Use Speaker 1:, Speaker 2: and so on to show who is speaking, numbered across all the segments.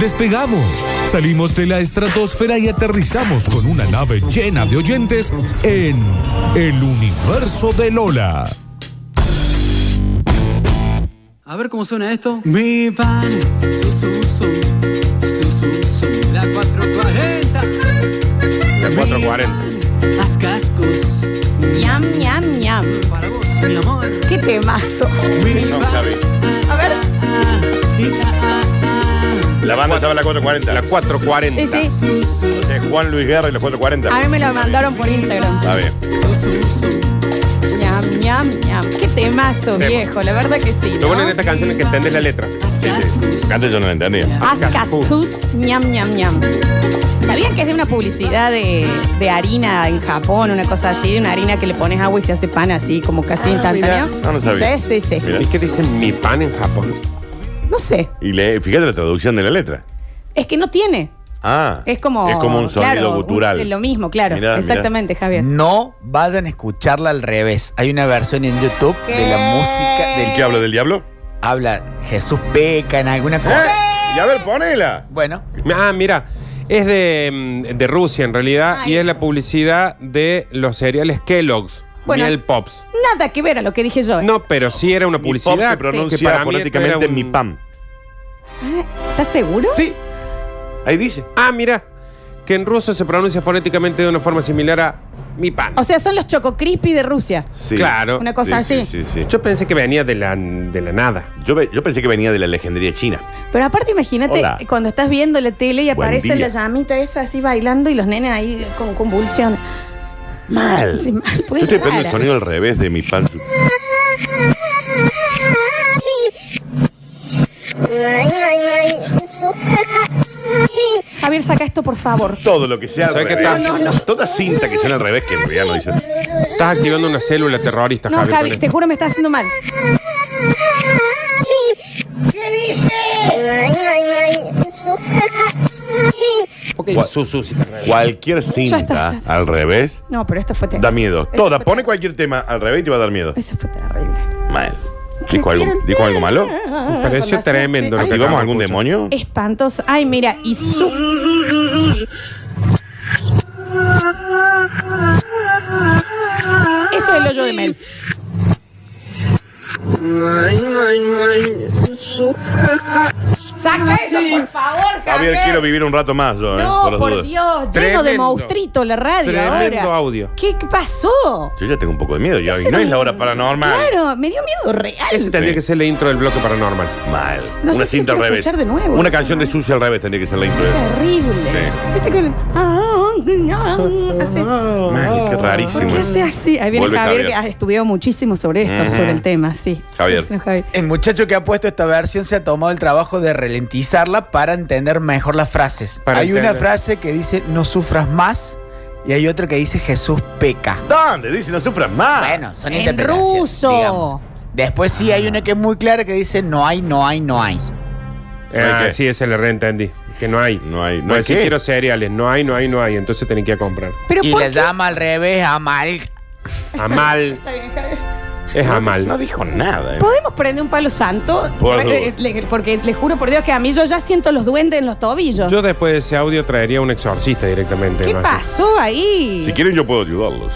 Speaker 1: Despegamos, salimos de la estratosfera y aterrizamos con una nave llena de oyentes en el universo de Lola.
Speaker 2: A ver cómo suena esto.
Speaker 3: Mi pan,
Speaker 2: Su, su, su, su, su, su, la 440.
Speaker 4: La 440.
Speaker 2: Haz cascos
Speaker 5: Ñam, ñam, ñam.
Speaker 2: para vos, mi amor.
Speaker 5: Qué temazo.
Speaker 2: Mi
Speaker 4: No,
Speaker 2: pan,
Speaker 4: Javi.
Speaker 5: A ver.
Speaker 2: ah, y ta, ah, ah.
Speaker 4: La banda se llama la 440.
Speaker 6: La 440.
Speaker 5: Sí, Ah. sí.
Speaker 2: Su, su,
Speaker 4: La Juan Luis Guerra y la
Speaker 5: A
Speaker 4: 440.
Speaker 5: mí me lo mandaron por Instagram.
Speaker 4: Está bien.
Speaker 2: su, su, su.
Speaker 5: Ñam, ñam, ñam. Qué temazo,
Speaker 6: Tema.
Speaker 5: viejo. La verdad que sí.
Speaker 6: Lo
Speaker 5: ¿no?
Speaker 6: bueno en esta canción es que entendés la letra.
Speaker 2: Haz cascos.
Speaker 4: Antes yo no la entendía.
Speaker 5: Haz cascús, ñam, ñam, ñam. ¿Sabían que es de una publicidad de, de harina en Japón, una cosa así? Una harina que le pones agua y se hace pan así, como casi instantáneo.
Speaker 4: Ah, mira. No, no sabía.
Speaker 5: Sí, sí, sí.
Speaker 4: Mira.
Speaker 6: ¿Y qué dicen mi pan en Japón?
Speaker 5: No sé.
Speaker 4: Y le, fíjate la traducción de la letra.
Speaker 5: Es que no tiene.
Speaker 4: Ah.
Speaker 5: Es como.
Speaker 4: Es como un sonido
Speaker 5: claro, un-
Speaker 4: gutural.
Speaker 5: lo mismo, claro.
Speaker 4: Mirá, Mm. mirá.
Speaker 5: Exactamente, Javier.
Speaker 7: No vayan a escucharla al revés. Hay una versión en YouTube de la
Speaker 5: ¿Qué?
Speaker 7: música del
Speaker 4: ¿Qué habla del diablo?
Speaker 7: habla Jesús peca en alguna
Speaker 4: ¿Eh?
Speaker 7: cosa.
Speaker 4: Y a ver, ponela.
Speaker 7: Bueno,
Speaker 6: Ah, mira. Es de, mm, de Rusia en realidad
Speaker 5: Ay.
Speaker 6: y es la publicidad de los cereales Kellogg's.
Speaker 5: Bueno.
Speaker 6: Miel Pops.
Speaker 5: Nada que ver a lo que dije yo. ¿eh?
Speaker 6: No, pero sí era una
Speaker 4: Mi pop
Speaker 6: publicidad.
Speaker 4: se pronuncia
Speaker 6: que para mí
Speaker 4: fonéticamente
Speaker 6: era un-
Speaker 4: mi pam.
Speaker 5: ¿Estás seguro?
Speaker 4: Sí. Ahí dice.
Speaker 6: Ah, mira. Que en ruso se pronuncia fonéticamente de una forma similar a mi pan.
Speaker 5: O sea, son los Choco Crispy de Rusia.
Speaker 4: Sí.
Speaker 6: Claro.
Speaker 5: Una cosa
Speaker 4: Sí,
Speaker 5: así.
Speaker 4: sí, sí, sí.
Speaker 6: Yo pensé que venía de la, de la nada.
Speaker 4: Yo, ve- yo pensé que venía de la legendaria china.
Speaker 5: Pero aparte, imagínate
Speaker 4: Hola.
Speaker 5: cuando estás viendo la tele y
Speaker 4: Buen
Speaker 5: aparece
Speaker 4: día.
Speaker 5: la llamita esa así bailando y los nenes ahí con convulsión.
Speaker 4: Mal.
Speaker 5: Sí, mal,
Speaker 4: Yo
Speaker 5: pues,
Speaker 4: estoy pegando el
Speaker 5: rara.
Speaker 4: sonido al revés de mi pan.
Speaker 5: Javier, saca esto, por favor.
Speaker 4: Todo lo que sea al
Speaker 6: ¿Sabes qué
Speaker 4: revés.
Speaker 6: No,
Speaker 5: no, no.
Speaker 4: Toda cinta que sea al revés, que en realidad no dice.
Speaker 6: Estás activando una célula terrorista,
Speaker 5: No,
Speaker 6: Javier.
Speaker 5: Javi,
Speaker 6: con
Speaker 4: este.
Speaker 5: te
Speaker 6: esto.
Speaker 5: juro me está haciendo mal.
Speaker 6: ¿Por qué dice su, su, si está al revés?
Speaker 4: Cualquier cinta
Speaker 5: está, ya está.
Speaker 4: al revés
Speaker 5: No, pero esto fue terrible.
Speaker 4: da miedo. Toda, pone cualquier tema al revés y te va a dar miedo.
Speaker 5: Eso fue terrible.
Speaker 4: Mal. ¿Dijo algo, ¿dijo algo malo?
Speaker 6: Pero eso es tremendo lo que
Speaker 4: ¿Digamos
Speaker 6: acabamos
Speaker 4: algún
Speaker 6: de escuchar.
Speaker 4: demonio?
Speaker 5: Espantos. Ay, mira, y su. Eso es el hoyo de Mel. Saca eso, por favor,
Speaker 4: Javier,
Speaker 5: Javier.
Speaker 4: Ah, quiero vivir un rato más yo, ¿eh?
Speaker 5: No,
Speaker 4: las
Speaker 5: por
Speaker 4: dudas.
Speaker 5: Dios, lleno de
Speaker 6: Tremendo.
Speaker 5: monstruito la radio
Speaker 6: Tremendo
Speaker 5: ahora.
Speaker 6: audio.
Speaker 5: ¿Qué qué pasó?
Speaker 4: Yo ya tengo un poco de miedo. Yo, y
Speaker 5: Eso
Speaker 4: no es la hora paranormal.
Speaker 5: Claro, me dio miedo real.
Speaker 6: Ese tendría
Speaker 4: Sí.
Speaker 6: que ser la intro del bloque paranormal.
Speaker 4: Mal.
Speaker 5: No
Speaker 4: Una
Speaker 5: sé si
Speaker 4: cinta al
Speaker 5: quiero
Speaker 4: revés.
Speaker 5: escuchar de nuevo.
Speaker 4: Una canción de sucio al revés tendría que ser la intro. ¿eh?
Speaker 5: Terrible.
Speaker 4: Sí.
Speaker 5: ¿Viste Ah, que ah, hace-
Speaker 4: Mal, qué rarísimo.
Speaker 5: ¿Qué hace así? Ahí viene
Speaker 4: Vuelve
Speaker 5: Javier, que
Speaker 4: Javier.
Speaker 5: ha estudiado muchísimo sobre esto,
Speaker 4: Ujú.
Speaker 5: sobre el tema, sí.
Speaker 4: Javier.
Speaker 5: Sí, Javier.
Speaker 7: el muchacho que ha puesto esta versión se ha tomado el trabajo de ralentizarla para entender mejor las frases.
Speaker 6: Para
Speaker 7: hay
Speaker 6: entender.
Speaker 7: una frase que dice no sufras más y hay otra que dice Jesús peca.
Speaker 4: ¿Dónde? Dice, no sufras más.
Speaker 7: Bueno, son
Speaker 5: Ah, En
Speaker 7: interpretaciones,
Speaker 5: ruso.
Speaker 7: digamos. Después sí hay una que es muy clara que dice no hay, no hay, no hay.
Speaker 6: Ah,
Speaker 4: qué?
Speaker 6: sí, ese le reentendí. Que no hay.
Speaker 4: No hay. No
Speaker 6: No
Speaker 4: hay
Speaker 6: si
Speaker 4: qué.
Speaker 6: quiero cereales, no hay, no hay, no hay. Entonces tenés que ir a comprar.
Speaker 5: Pero
Speaker 7: Y
Speaker 5: ¿por
Speaker 7: le
Speaker 5: qué?
Speaker 7: llama al revés a mal.
Speaker 6: Amal.
Speaker 5: Está bien, Javier.
Speaker 6: Es
Speaker 4: No,
Speaker 6: amal.
Speaker 4: No dijo nada. ¿eh?
Speaker 5: ¿Podemos prender un palo santo?
Speaker 4: Por
Speaker 5: Re-
Speaker 4: favor.
Speaker 5: eh, le- Porque le juro por Dios que a mí yo ya siento los duendes en los tobillos.
Speaker 6: Yo después de ese audio traería un exorcista directamente.
Speaker 5: ¿Qué
Speaker 6: ¿no?
Speaker 5: pasó ahí?
Speaker 4: Si quieren, yo puedo ayudarlos.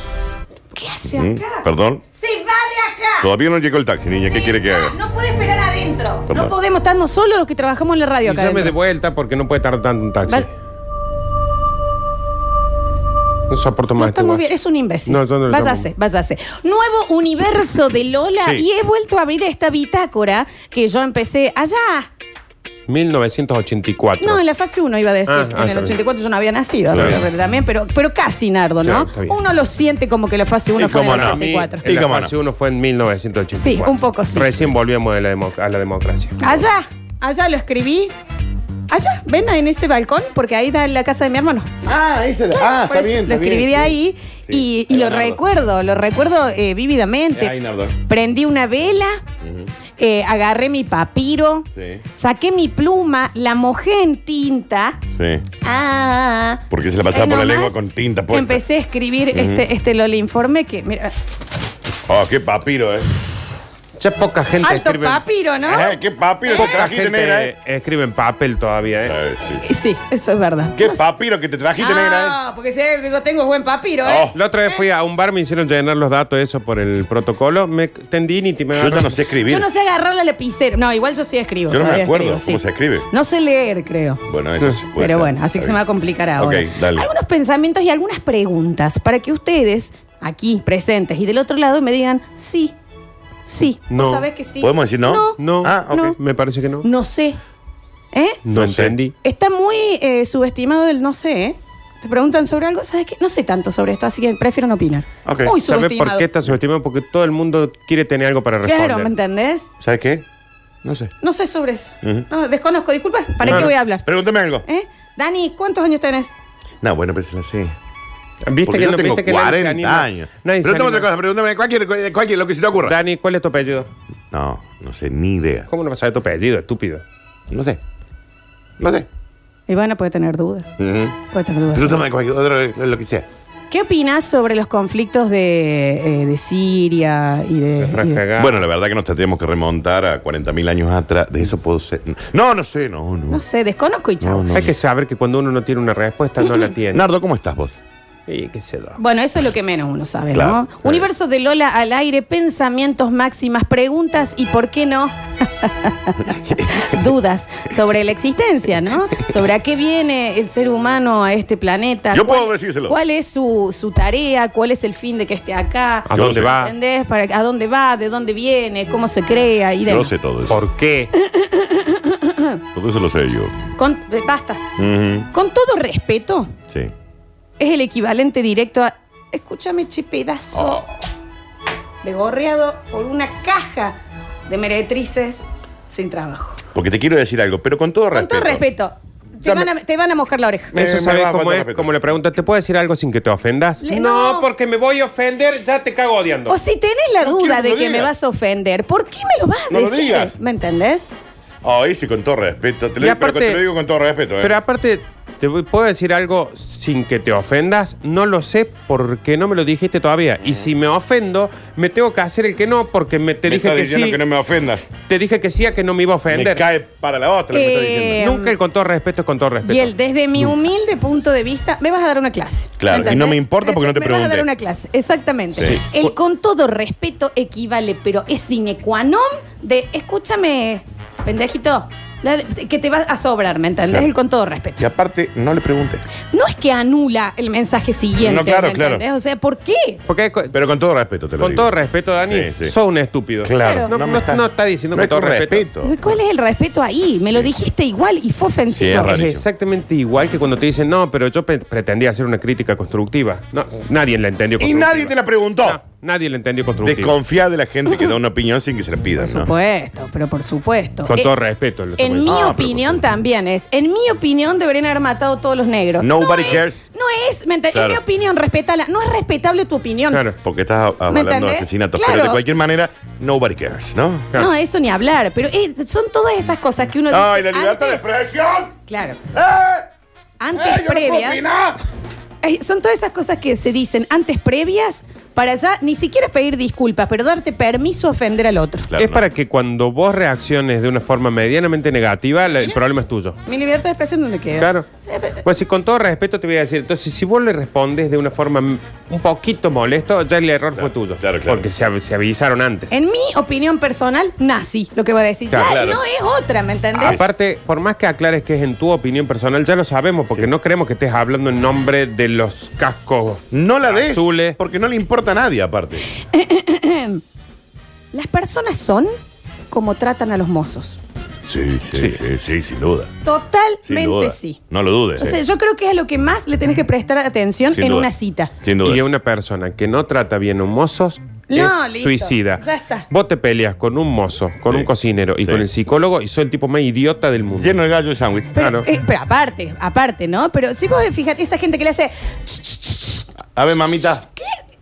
Speaker 5: ¿Qué hace
Speaker 4: ¿Mm?
Speaker 5: acá?
Speaker 4: Perdón.
Speaker 5: ¡Se va de acá!
Speaker 4: Todavía no llegó el taxi, niña. ¿Qué
Speaker 5: Se
Speaker 4: quiere que
Speaker 5: va,
Speaker 4: haga?
Speaker 5: No puede esperar adentro.
Speaker 4: Perdón.
Speaker 5: No podemos estarnos solos los que trabajamos en la radio
Speaker 6: Y
Speaker 5: acá.
Speaker 6: llame de
Speaker 5: adentro.
Speaker 6: vuelta porque no puede tardar tanto un taxi.
Speaker 5: Vale.
Speaker 6: No soporto
Speaker 5: No
Speaker 6: más. este
Speaker 5: estamos
Speaker 6: guaso.
Speaker 5: bien, es un imbécil.
Speaker 6: No, yo no lo
Speaker 5: váyase,
Speaker 6: llamo.
Speaker 5: váyase. Nuevo universo de Lola
Speaker 4: Sí.
Speaker 5: y he vuelto a abrir esta bitácora que yo empecé allá.
Speaker 6: 1984.
Speaker 5: No, en la fase 1 iba a decir.
Speaker 6: Ah, ah, está
Speaker 5: en el
Speaker 6: bien.
Speaker 5: 84 yo no había nacido,
Speaker 4: Claro.
Speaker 5: la verdad, también, pero, pero casi nardo,
Speaker 6: Claro,
Speaker 5: ¿no?
Speaker 6: está bien.
Speaker 5: Uno lo siente como que la fase 1
Speaker 4: Y
Speaker 5: fue en el
Speaker 4: cómo no.
Speaker 5: 84.
Speaker 4: Y
Speaker 6: En la
Speaker 4: cómo
Speaker 6: fase
Speaker 4: no.
Speaker 6: 1 fue en 1984.
Speaker 5: Sí, un poco sí.
Speaker 6: Recién volvíamos de la democ- a la democracia.
Speaker 4: eh,
Speaker 5: Allá, allá lo escribí. Allá, ven en ese balcón, porque ahí está la casa de mi hermano.
Speaker 4: Ah, ahí se
Speaker 5: Claro,
Speaker 4: Ah,
Speaker 5: por
Speaker 4: está
Speaker 5: eso
Speaker 4: bien.
Speaker 5: Pues, Lo
Speaker 4: está bien,
Speaker 5: escribí de
Speaker 4: sí.
Speaker 5: ahí
Speaker 4: Sí,
Speaker 5: y, y lo
Speaker 4: Leonardo.
Speaker 5: recuerdo, lo recuerdo eh, vívidamente.
Speaker 4: Ahí, Nardo.
Speaker 5: Prendí una vela, eh, agarré mi papiro,
Speaker 4: Sí.
Speaker 5: saqué mi pluma, la mojé en tinta.
Speaker 4: Sí.
Speaker 5: Ah.
Speaker 4: Porque se la pasaba
Speaker 5: Ahí
Speaker 4: por la
Speaker 5: nomás
Speaker 4: lengua con tinta puesta.
Speaker 5: Empecé a escribir este, este Loli informe que, mira,
Speaker 4: Oh, qué papiro, ¿eh?
Speaker 6: Ya poca gente
Speaker 5: Alto
Speaker 6: escribe.
Speaker 5: papiro, ¿no?
Speaker 4: Eh, ¿Qué papiro que
Speaker 6: Poca
Speaker 4: trajiste,
Speaker 6: gente
Speaker 4: negra? eh?
Speaker 6: escribe en papel todavía, ¿eh?
Speaker 4: Eh, sí, sí.
Speaker 5: Sí, eso es verdad.
Speaker 4: ¿Qué
Speaker 5: No sé.
Speaker 4: papiro que te trajiste, negra? eh?
Speaker 5: Pues, Ah, porque sé que yo tengo buen papiro, ¿eh?
Speaker 4: Oh.
Speaker 6: La otra vez fui a un bar, me hicieron llenar los datos, eso por el protocolo. Me tendí y me
Speaker 4: Yo ya
Speaker 6: agarraron.
Speaker 4: no sé escribir.
Speaker 5: Yo no sé agarrar la lapicera. No, igual yo sí escribo.
Speaker 4: Yo no me
Speaker 5: todavía
Speaker 4: acuerdo
Speaker 5: escribo, sí.
Speaker 4: cómo se escribe.
Speaker 5: No sé leer, creo.
Speaker 4: Bueno, eso sí puede ser.
Speaker 5: Pero bueno, así que
Speaker 4: Está
Speaker 5: se me va a
Speaker 4: bien.
Speaker 5: complicar ahora.
Speaker 4: Ok, dale.
Speaker 5: Algunos pensamientos y algunas preguntas para que ustedes, aquí presentes y del otro lado, me digan sí, sí.
Speaker 6: No.
Speaker 5: ¿Vos sabés que sí?
Speaker 4: ¿Podemos decir no?
Speaker 5: No,
Speaker 6: No,
Speaker 4: Ah, ok.
Speaker 5: No.
Speaker 6: me parece que no. No,
Speaker 5: no sé. ¿Eh?
Speaker 4: No sé.
Speaker 6: entendí.
Speaker 5: Está muy eh, subestimado el no sé, ¿eh? Te preguntan sobre algo, ¿sabes qué? No sé tanto sobre esto, así que prefiero no opinar.
Speaker 4: Ok.
Speaker 5: Muy
Speaker 6: ¿Sabes
Speaker 5: subestimado.
Speaker 6: por qué está subestimado? Porque todo el mundo quiere tener algo para responder.
Speaker 5: Claro, ¿me entendés?
Speaker 4: ¿Sabes qué? No sé.
Speaker 5: No sé sobre eso.
Speaker 4: Ujú.
Speaker 5: No, desconozco, disculpa. ¿Para
Speaker 6: Claro.
Speaker 5: qué voy a hablar?
Speaker 4: Pregúntame algo.
Speaker 5: ¿Eh? Dani, ¿cuántos años tenés?
Speaker 4: No, bueno, pues, pero se la sé.
Speaker 6: ¿Viste
Speaker 4: Porque
Speaker 6: que
Speaker 4: yo
Speaker 6: no,
Speaker 4: tengo
Speaker 6: viste que nadie se
Speaker 4: 40
Speaker 6: anima?
Speaker 4: años.
Speaker 6: Nadie se
Speaker 4: Pregúntame
Speaker 6: anima.
Speaker 4: otra cosa, pregúntame cualquier, cualquier, lo que se te ocurra.
Speaker 6: Dani, ¿cuál es tu apellido?
Speaker 4: No, no sé, ni idea.
Speaker 6: ¿Cómo no vas a saber tu apellido, estúpido?
Speaker 4: No sé. No sé.
Speaker 5: Y bueno, puede tener dudas.
Speaker 4: Ujú.
Speaker 5: Puede tener dudas.
Speaker 4: Pregúntame cualquier otro, lo que sea.
Speaker 5: ¿Qué opinas sobre los conflictos de, eh, de Siria y de... y de-
Speaker 6: Refregado.
Speaker 4: Bueno, la verdad que nos tendríamos que remontar a 40.000 años atrás. De eso puedo ser. No, no sé, no, no.
Speaker 5: No sé, desconozco y chao.
Speaker 4: No, no.
Speaker 6: Hay que saber que cuando uno no tiene una respuesta, no la tiene.
Speaker 4: Nardo, ¿cómo estás vos?
Speaker 6: Y qué se da.
Speaker 5: Bueno, eso es lo que menos uno sabe,
Speaker 4: Claro,
Speaker 5: ¿no? Universo de Lola al aire, pensamientos máximas, preguntas y, ¿por qué no? Dudas sobre la existencia, ¿no? Sobre a qué viene el ser humano a este planeta.
Speaker 4: Yo
Speaker 5: ¿Cuál-
Speaker 4: puedo decírselo.
Speaker 5: ¿Cuál es su, su tarea? ¿Cuál es el fin de que esté acá?
Speaker 6: ¿A
Speaker 4: Yo
Speaker 6: dónde
Speaker 4: lo sé.
Speaker 6: va?
Speaker 5: ¿Entendés? ¿Para, ¿A dónde va? ¿De dónde viene? ¿Cómo se crea? Y
Speaker 4: Yo
Speaker 5: demás.
Speaker 4: lo sé todo eso.
Speaker 6: ¿Por qué?
Speaker 5: Eh,
Speaker 4: Todo eso lo sé yo.
Speaker 5: Con- eh, basta.
Speaker 4: Ujú,
Speaker 5: Con todo respeto,
Speaker 4: Sí.
Speaker 5: es el equivalente directo a. Escúchame, che
Speaker 4: Ah.
Speaker 5: pedazo de gorreado por una caja de meretrices sin trabajo.
Speaker 4: Porque te quiero decir algo, pero con todo
Speaker 5: Con
Speaker 4: respeto.
Speaker 5: todo respeto, te
Speaker 4: Ya
Speaker 5: van, a, te van a mojar la oreja.
Speaker 4: Me-
Speaker 6: Eso
Speaker 4: me
Speaker 6: sabe
Speaker 4: va a
Speaker 6: cómo
Speaker 4: faltar
Speaker 6: es,
Speaker 4: respeto.
Speaker 6: como le preguntan, ¿te puedo decir algo sin que te ofendas?
Speaker 5: Le-
Speaker 6: no.
Speaker 5: no.
Speaker 6: porque me voy a ofender, ya te cago odiando.
Speaker 5: O si tenés la
Speaker 4: No
Speaker 5: duda
Speaker 4: quiero que
Speaker 5: de
Speaker 4: lo
Speaker 5: que me
Speaker 4: digas.
Speaker 5: vas a ofender, ¿por qué me lo vas a
Speaker 4: No lo
Speaker 5: decir?
Speaker 4: digas.
Speaker 5: ¿Me entendés?
Speaker 4: Ay, sí, con todo respeto. Te lo,
Speaker 6: Y
Speaker 4: digo- pero
Speaker 6: aparte-
Speaker 4: te lo digo con todo respeto. eh.
Speaker 6: Pero aparte, te voy- puedo decir algo sin que te ofendas. No lo sé porque no me lo dijiste todavía. Y si me ofendo, me tengo que hacer el que no porque me te
Speaker 4: me
Speaker 6: dije
Speaker 4: estás
Speaker 6: que
Speaker 4: diciendo
Speaker 6: sí.
Speaker 4: que no me ofendas.
Speaker 6: Te dije que sí a que no me iba a
Speaker 4: Me
Speaker 6: ofender.
Speaker 4: cae para la otra lo que estás
Speaker 5: Eh,
Speaker 4: diciendo.
Speaker 6: Nunca el con todo respeto es con todo respeto.
Speaker 5: Y él, desde mi humilde punto de vista, me vas a dar una clase.
Speaker 4: Mm. Claro,
Speaker 5: ¿entendés?
Speaker 4: y no me importa porque no te
Speaker 5: Me vas a dar
Speaker 4: pregunté.
Speaker 5: una clase, exactamente.
Speaker 4: Sí.
Speaker 5: El con todo respeto equivale, pero es sine qua non de, escúchame, pendejito, la- que te va a sobrar, ¿me entendés?
Speaker 4: Claro.
Speaker 5: El con todo respeto.
Speaker 4: Y aparte, no le preguntes.
Speaker 5: No es que anula el mensaje siguiente.
Speaker 4: No, claro,
Speaker 5: ¿me
Speaker 4: claro.
Speaker 5: entendés? O sea, ¿por qué?
Speaker 6: Porque co-
Speaker 4: Pero con todo respeto, te lo
Speaker 6: con
Speaker 4: digo.
Speaker 6: todo respeto, Dani,
Speaker 4: Sí, sí.
Speaker 6: sos un estúpido.
Speaker 4: Claro.
Speaker 6: No,
Speaker 4: me
Speaker 6: no- no está diciendo
Speaker 4: No
Speaker 6: con
Speaker 4: es
Speaker 6: todo respeto.
Speaker 5: ¿Cuál es el respeto ahí? Me lo dijiste igual y fue
Speaker 4: Sí, es
Speaker 5: ofensivo.
Speaker 4: raro.
Speaker 6: Es exactamente igual que cuando te dicen, no, pero yo pe- pretendía hacer una crítica constructiva. No, nadie la entendió
Speaker 4: Y
Speaker 6: constructiva.
Speaker 4: nadie te la preguntó.
Speaker 6: No, nadie la entendió constructiva.
Speaker 4: Desconfía de la gente que da una opinión sin que se la pidan,
Speaker 5: por
Speaker 4: ¿no?
Speaker 5: supuesto, pero por supuesto.
Speaker 6: Con
Speaker 5: Eh,
Speaker 6: todo respeto. lo estamos
Speaker 5: En mi
Speaker 6: diciendo.
Speaker 4: Ah,
Speaker 5: opinión
Speaker 4: pero-
Speaker 5: también es. En mi opinión deberían haber matado todos los negros.
Speaker 4: Nobody
Speaker 5: no
Speaker 4: cares.
Speaker 5: Es, no es, ¿me entendés?
Speaker 4: Claro.
Speaker 5: Es mi opinión, respetala. No es respetable tu opinión.
Speaker 6: Claro.
Speaker 4: Porque estás a-
Speaker 5: ¿Me
Speaker 4: avalando
Speaker 5: entendés?
Speaker 4: asesinatos.
Speaker 5: Claro.
Speaker 4: Pero de cualquier manera, nobody cares, ¿no?
Speaker 6: Claro.
Speaker 5: No, eso ni hablar. Pero eh, son todas esas cosas que uno dice.
Speaker 4: ¡Ay, la libertad de
Speaker 5: antes-
Speaker 4: expresión!
Speaker 5: Claro.
Speaker 4: ¡Eh!
Speaker 5: Antes
Speaker 4: ¡Eh, yo no puedo
Speaker 5: previas.
Speaker 4: opinar!
Speaker 5: Eh, Son todas esas cosas que se dicen antes previas para ya ni siquiera pedir disculpas, pero darte permiso a ofender al otro.
Speaker 4: Claro,
Speaker 6: es
Speaker 4: no.
Speaker 6: para que cuando vos reacciones de una forma medianamente negativa, la- el problema es tuyo.
Speaker 5: Mi libertad de expresión, ¿dónde queda?
Speaker 6: Claro. Pues si con todo respeto te voy a decir, entonces si vos le respondes de una forma m- un poquito molesto, ya el error fue tuyo.
Speaker 4: claro, claro.
Speaker 6: Porque se, av- se avisaron antes.
Speaker 5: En mi opinión personal, nazi, lo que voy a decir.
Speaker 6: Claro,
Speaker 5: Ya,
Speaker 4: claro. Ah,
Speaker 5: no es otra, ¿me entendés?
Speaker 6: Aparte, por más que aclares que es en tu opinión personal, ya lo sabemos, porque no creemos que estés hablando en nombre de los cascos
Speaker 4: No la des,
Speaker 6: azules.
Speaker 4: porque no le importa a nadie, aparte.
Speaker 5: Las personas son como tratan a los mozos.
Speaker 4: Sí, sí, sí, sí, sin duda. Sin
Speaker 5: Totalmente
Speaker 4: duda.
Speaker 5: sí.
Speaker 4: No lo dudes.
Speaker 5: O sea,
Speaker 4: eh.
Speaker 5: yo creo que es lo que más le tenés que prestar atención
Speaker 4: Sin
Speaker 5: en
Speaker 4: duda.
Speaker 5: una cita.
Speaker 4: Sin duda.
Speaker 6: Y una persona que no trata bien a un mozo
Speaker 5: No,
Speaker 6: es
Speaker 5: listo.
Speaker 6: suicida.
Speaker 5: Ya está.
Speaker 6: Vos te peleas con un mozo, con
Speaker 4: Sí.
Speaker 6: un cocinero y
Speaker 4: Sí.
Speaker 6: con el psicólogo y soy el tipo más idiota del mundo.
Speaker 4: Lleno el gallo de sándwich.
Speaker 5: Pero,
Speaker 6: Claro.
Speaker 5: eh, pero aparte, aparte, ¿no? Pero si vos fijate, esa gente que le hace.
Speaker 4: A ver, mamita.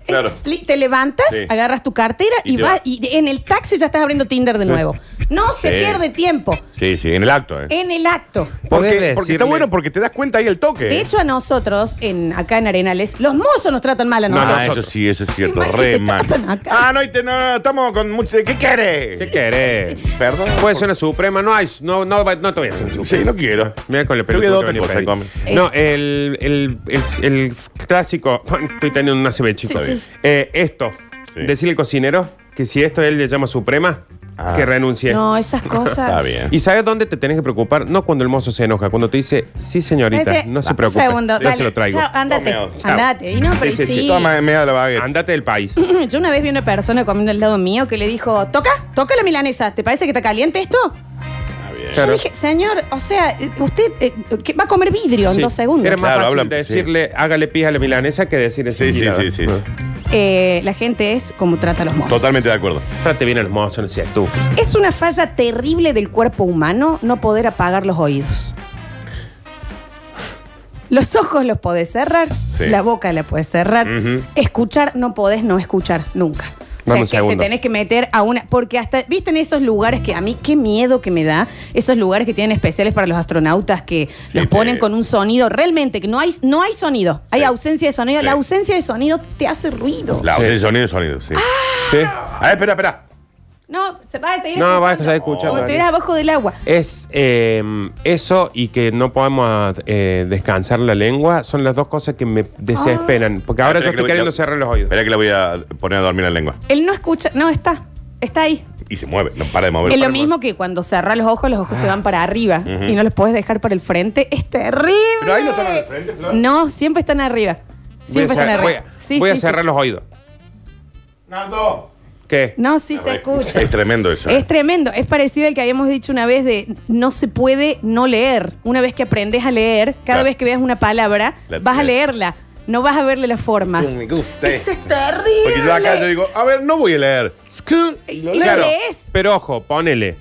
Speaker 4: Claro.
Speaker 5: Li- Te levantas,
Speaker 4: Sí.
Speaker 5: agarras tu cartera y,
Speaker 4: Y te
Speaker 5: vas.
Speaker 4: vas.
Speaker 5: Y en el taxi ya estás abriendo Tinder de nuevo. No se
Speaker 4: Sí.
Speaker 5: pierde tiempo
Speaker 4: Sí, sí, en el acto, ¿eh?
Speaker 5: en el acto.
Speaker 4: Porque,
Speaker 6: Podés
Speaker 4: porque está
Speaker 6: decirle-
Speaker 4: bueno porque te das cuenta ahí el toque. eh.
Speaker 5: De hecho, a nosotros, en, acá en Arenales, los mozos nos tratan mal a
Speaker 6: No,
Speaker 5: nosotros.
Speaker 4: ah, eso
Speaker 6: nosotros.
Speaker 4: sí, eso es cierto.
Speaker 5: Qué mal que
Speaker 4: Re
Speaker 5: te
Speaker 4: mal.
Speaker 5: tratan acá.
Speaker 4: Ah, no, y te- no, estamos con mucho. ¿Qué querés?
Speaker 6: ¿Qué querés?
Speaker 4: Perdón.
Speaker 6: Puede ser una suprema, no hay, no, no, va- no te voy a hacer una
Speaker 4: Sí,
Speaker 6: suprema.
Speaker 4: no quiero.
Speaker 6: Mira con la
Speaker 4: Yo voy a
Speaker 6: película.
Speaker 4: dar otra cosa,
Speaker 6: que venía
Speaker 4: come.
Speaker 6: para
Speaker 5: Eh.
Speaker 6: ahí. No, el, el, el, el clásico. Estoy teniendo una CB, chico.
Speaker 5: Sí, sí.
Speaker 6: Eh, esto.
Speaker 4: Sí.
Speaker 6: Decirle al cocinero que si esto él le llama suprema,
Speaker 4: Ah.
Speaker 6: que renuncie.
Speaker 5: No, esas cosas.
Speaker 4: Está bien.
Speaker 6: ¿Y sabes dónde te tenés que preocupar? No cuando el mozo se enoja, cuando te dice, sí, señorita,
Speaker 5: Ese-
Speaker 6: no se
Speaker 5: un
Speaker 6: preocupe.
Speaker 5: Segundo,
Speaker 6: yo
Speaker 5: dale.
Speaker 6: se lo traigo.
Speaker 5: Chao, ándate.
Speaker 4: Chao, meao.
Speaker 6: Chao.
Speaker 5: Andate. Y no, pero
Speaker 6: Sí, sí,
Speaker 5: sí.
Speaker 6: sí.
Speaker 4: Toma, me da la baguette.
Speaker 6: Andate del país.
Speaker 5: Yo una vez vi una persona comiendo al lado mío que le dijo, toca, toca la milanesa. ¿Te parece que está caliente esto?
Speaker 4: Ah, bien.
Speaker 6: Claro.
Speaker 5: Yo dije, señor, o sea, eh, usted eh, ¿qué- va a comer vidrio
Speaker 6: Sí.
Speaker 5: en dos segundos.
Speaker 6: Era más
Speaker 4: Claro,
Speaker 6: fácil
Speaker 4: hablan-
Speaker 6: decirle, hágale pija a la milanesa que decirle
Speaker 4: Sí, sí,
Speaker 6: "Señora".
Speaker 4: sí, sí, sí.
Speaker 5: Eh, la gente es como trata a los mozos.
Speaker 4: Totalmente de acuerdo.
Speaker 6: Trate bien al mozo, no seas tú.
Speaker 5: Es una falla terrible del cuerpo humano no poder apagar los oídos. Los ojos los podés cerrar,
Speaker 4: Sí.
Speaker 5: la boca la podés cerrar,
Speaker 4: Ujú.
Speaker 5: escuchar no podés no escuchar nunca. O sea,
Speaker 6: Dame un
Speaker 5: que te
Speaker 6: segundo.
Speaker 5: tenés que meter a una... Porque hasta, viste, en esos lugares que a mí, qué miedo que me da, esos lugares que tienen especiales para los astronautas que
Speaker 4: Sí,
Speaker 5: los
Speaker 4: te-
Speaker 5: ponen con un sonido, realmente, que no hay, no hay sonido, hay
Speaker 4: Sí.
Speaker 5: ausencia de sonido,
Speaker 4: Sí.
Speaker 5: la ausencia de sonido te hace ruido.
Speaker 4: La ausencia
Speaker 6: Sí.
Speaker 4: de sonido, sonido, sí.
Speaker 5: Ah.
Speaker 6: ¿Sí?
Speaker 4: A ver, espera, espera.
Speaker 5: No, se va a seguir
Speaker 6: No, vas a
Speaker 5: escuchando,
Speaker 6: escuchar,
Speaker 5: Como si
Speaker 6: Dani.
Speaker 5: estuvieras abajo del agua.
Speaker 6: Es eh, eso y que no podemos eh, descansar la lengua son las dos cosas que me desesperan.
Speaker 5: Ah.
Speaker 6: Porque ahora yo
Speaker 4: Espera que
Speaker 6: estoy
Speaker 4: le-
Speaker 6: queriendo
Speaker 4: le-
Speaker 6: cerrar los oídos.
Speaker 4: Espera que le voy a poner a dormir la lengua.
Speaker 5: Él no escucha, no está, está ahí.
Speaker 4: Y se mueve, no para de mover.
Speaker 5: es lo mismo que cuando cerrás los ojos, los ojos se van para
Speaker 6: Ah.
Speaker 5: arriba y no los puedes dejar para el frente. Es terrible.
Speaker 4: Pero ahí no están al frente, Flor.
Speaker 5: No, siempre están arriba.
Speaker 6: Voy a,
Speaker 5: Siempre están
Speaker 6: cerrar- voy
Speaker 5: arriba.
Speaker 6: a-
Speaker 5: Sí,
Speaker 6: voy a
Speaker 5: sí, sí.
Speaker 6: cerrar los oídos.
Speaker 4: ¡Nardo!
Speaker 6: ¿Qué?
Speaker 5: No, sí se escucha.
Speaker 4: Es tremendo eso. eh.
Speaker 5: Es tremendo, es parecido al que habíamos dicho una vez de no se puede no leer. Una vez que aprendes a leer, cada
Speaker 4: Claro.
Speaker 5: vez que veas una palabra,
Speaker 4: La-
Speaker 5: vas a leerla, no vas a verle las formas.
Speaker 4: Me gusta.
Speaker 5: Eso es terrible.
Speaker 4: Porque yo acá yo digo, a ver, no voy a leer. Scu-
Speaker 5: Y
Speaker 4: lo
Speaker 5: lo
Speaker 4: leo.
Speaker 5: lees.
Speaker 6: Pero ojo, ponele.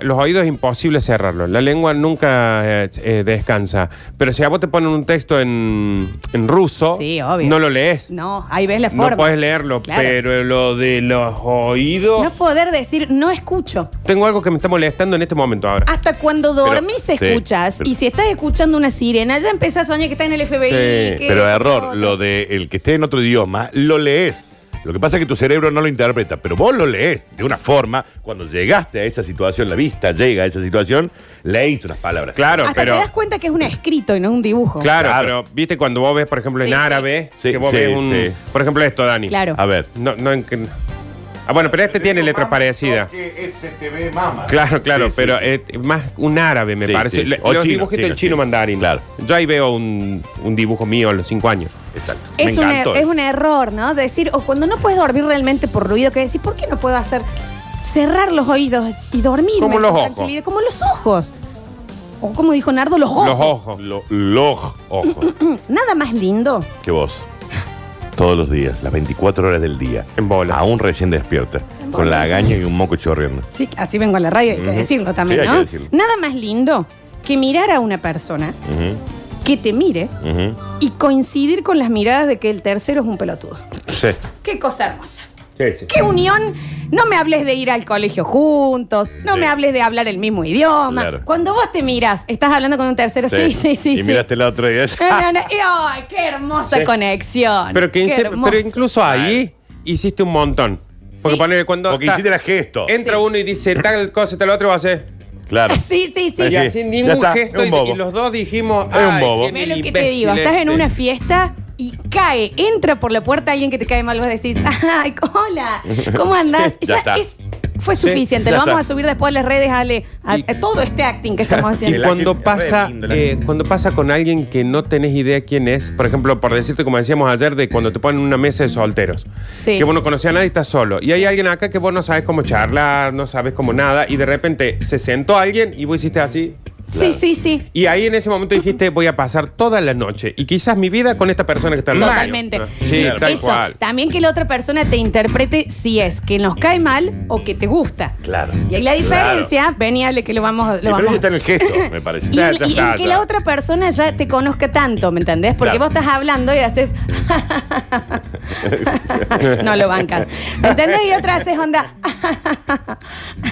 Speaker 6: Los oídos es imposible cerrarlos. La lengua nunca eh, eh, descansa. Pero si a vos te ponen un texto en, en ruso,
Speaker 5: Sí, obvio.
Speaker 6: no lo lees.
Speaker 5: No, ahí ves la forma.
Speaker 6: No puedes leerlo.
Speaker 5: Claro.
Speaker 6: Pero lo de los oídos.
Speaker 5: No poder decir no escucho.
Speaker 6: Tengo algo que me está molestando en este momento ahora.
Speaker 5: Hasta cuando dormís
Speaker 4: Pero- sí,
Speaker 5: escuchas.
Speaker 4: pero-
Speaker 5: y si estás escuchando una sirena, ya empezás a soñar que está en el FBI.
Speaker 6: Sí,
Speaker 5: que-
Speaker 4: Pero error, lo de el que esté en otro idioma, lo lees. Lo que pasa es que tu cerebro no lo interpreta, pero vos lo lees de una forma. Cuando llegaste a esa situación, la vista llega a esa situación, leíste unas palabras.
Speaker 6: Claro,
Speaker 5: Hasta
Speaker 6: pero.
Speaker 5: te das cuenta que es un escrito y no un dibujo.
Speaker 6: Claro,
Speaker 4: Claro.
Speaker 6: pero viste cuando vos ves, por ejemplo, en
Speaker 5: Sí, sí.
Speaker 6: árabe,
Speaker 4: Sí,
Speaker 6: que vos
Speaker 4: sí,
Speaker 6: ves un.
Speaker 4: sí.
Speaker 6: Por ejemplo, esto, Dani.
Speaker 5: Claro.
Speaker 4: A ver.
Speaker 6: No, no, en- que- ah, bueno, pero este tiene letra parecida. Claro, claro,
Speaker 4: Sí, sí,
Speaker 6: pero
Speaker 4: sí.
Speaker 6: eh, más un árabe, me
Speaker 4: Sí,
Speaker 6: parece.
Speaker 4: sí, sí.
Speaker 6: Le-
Speaker 4: O
Speaker 6: los
Speaker 4: chino,
Speaker 6: dibujitos
Speaker 4: chino,
Speaker 6: del chino
Speaker 4: chino.
Speaker 6: mandarín.
Speaker 4: Claro.
Speaker 6: Yo ahí veo un, un dibujo mío a los cinco años.
Speaker 4: Exacto.
Speaker 5: Es,
Speaker 4: Me
Speaker 5: un,
Speaker 4: encantó.
Speaker 5: er- es un error, ¿no? Decir, o cuando no puedes dormir realmente por ruido, que decís, ¿por qué no puedo hacer? Cerrar los oídos y dormir.
Speaker 6: Como
Speaker 5: con
Speaker 6: los ojos.
Speaker 5: tranquilidad, Como los ojos. O como dijo Nardo, los ojos.
Speaker 6: Los ojos.
Speaker 4: Lo- loj, ojo,
Speaker 5: Nada más lindo.
Speaker 4: que vos. Todos los días, las 24 horas del día.
Speaker 6: En bola.
Speaker 4: Aún recién despierta.
Speaker 5: En
Speaker 4: Con
Speaker 5: bola.
Speaker 4: la agaña y un moco chorreando.
Speaker 5: Sí, así vengo a la radio, hay que
Speaker 4: Ujú.
Speaker 5: decirlo también,
Speaker 4: Sí, hay
Speaker 5: ¿no?
Speaker 4: que decirlo.
Speaker 5: Nada más lindo que mirar a una persona
Speaker 4: Ujú,
Speaker 5: que te mire
Speaker 4: ujú.
Speaker 5: y coincidir con las miradas de que el tercero es un pelotudo.
Speaker 6: Sí.
Speaker 5: Qué cosa hermosa.
Speaker 6: Sí, sí.
Speaker 5: Qué unión. No me hables de ir al colegio juntos, no
Speaker 4: Sí.
Speaker 5: me hables de hablar el mismo idioma.
Speaker 4: Claro.
Speaker 5: Cuando vos te miras, estás hablando con un tercero. Sí, sí, sí.
Speaker 4: Y
Speaker 5: sí.
Speaker 4: miraste la otra día.
Speaker 5: No, no, no. Y, ¡Ay, qué hermosa
Speaker 6: Sí.
Speaker 5: conexión!
Speaker 6: Pero,
Speaker 5: Qué
Speaker 6: que inse-
Speaker 5: hermosa.
Speaker 6: pero incluso ahí hiciste un montón. Porque
Speaker 5: Sí.
Speaker 6: ponele cuando.
Speaker 4: Porque
Speaker 6: ta-
Speaker 4: hiciste el gesto.
Speaker 6: Entra
Speaker 5: Sí.
Speaker 6: uno y dice tal cosa, tal otro, va a hacer.
Speaker 4: Claro.
Speaker 5: Sí, sí, sí.
Speaker 4: Ahí
Speaker 6: Y
Speaker 4: sí.
Speaker 6: así
Speaker 4: Ya
Speaker 6: ningún
Speaker 4: está,
Speaker 6: gesto.
Speaker 4: es un
Speaker 6: y-
Speaker 4: bobo.
Speaker 6: Y los dos dijimos.
Speaker 4: Es un bobo.
Speaker 5: Ve lo que te digo, estás en
Speaker 6: este".
Speaker 4: este.
Speaker 5: una fiesta y cae, entra por la puerta alguien que te cae mal, vos decís, ¡ay, hola! ¿Cómo andás?
Speaker 4: Sí, ya está.
Speaker 5: fue
Speaker 6: Sí,
Speaker 5: suficiente,
Speaker 4: ya
Speaker 5: lo vamos
Speaker 4: está.
Speaker 5: a subir después a las redes, Ale, a,
Speaker 6: Y-
Speaker 5: a todo este acting que estamos
Speaker 6: Y
Speaker 5: haciendo.
Speaker 4: la
Speaker 6: cuando
Speaker 4: gente-
Speaker 6: pasa,
Speaker 4: re lindo la gente.
Speaker 6: eh, cuando pasa con alguien que no tenés idea quién es, por ejemplo, por decirte como decíamos ayer, de cuando te ponen una mesa de solteros,
Speaker 5: Sí.
Speaker 6: que vos no conocías a nadie y estás solo, y hay alguien acá que vos no sabes cómo charlar, no sabes cómo nada, y de repente se sentó alguien y vos hiciste así,
Speaker 5: Sí, sí, sí.
Speaker 6: y ahí en ese momento dijiste voy a pasar toda la noche y quizás mi vida con esta persona que está al lado.
Speaker 5: Totalmente.
Speaker 6: Sí,
Speaker 4: Claro.
Speaker 6: tal
Speaker 5: Eso,
Speaker 6: cual.
Speaker 5: también que la otra persona te interprete si es que nos cae mal o que te gusta.
Speaker 4: Claro.
Speaker 5: Y ahí la diferencia, vení, Ale, que lo vamos, a-
Speaker 4: La
Speaker 5: lo vamos
Speaker 4: diferencia
Speaker 5: a-
Speaker 4: está en el gesto, me parece.
Speaker 5: Y,
Speaker 6: Ya,
Speaker 5: en-
Speaker 6: ya
Speaker 5: y
Speaker 6: está,
Speaker 5: en que
Speaker 6: ya.
Speaker 5: la otra persona ya te conozca tanto, ¿me entendés? Porque
Speaker 4: Claro.
Speaker 5: vos estás hablando y haces. no lo bancas. ¿Me entendés? Y otra es onda. "Ah,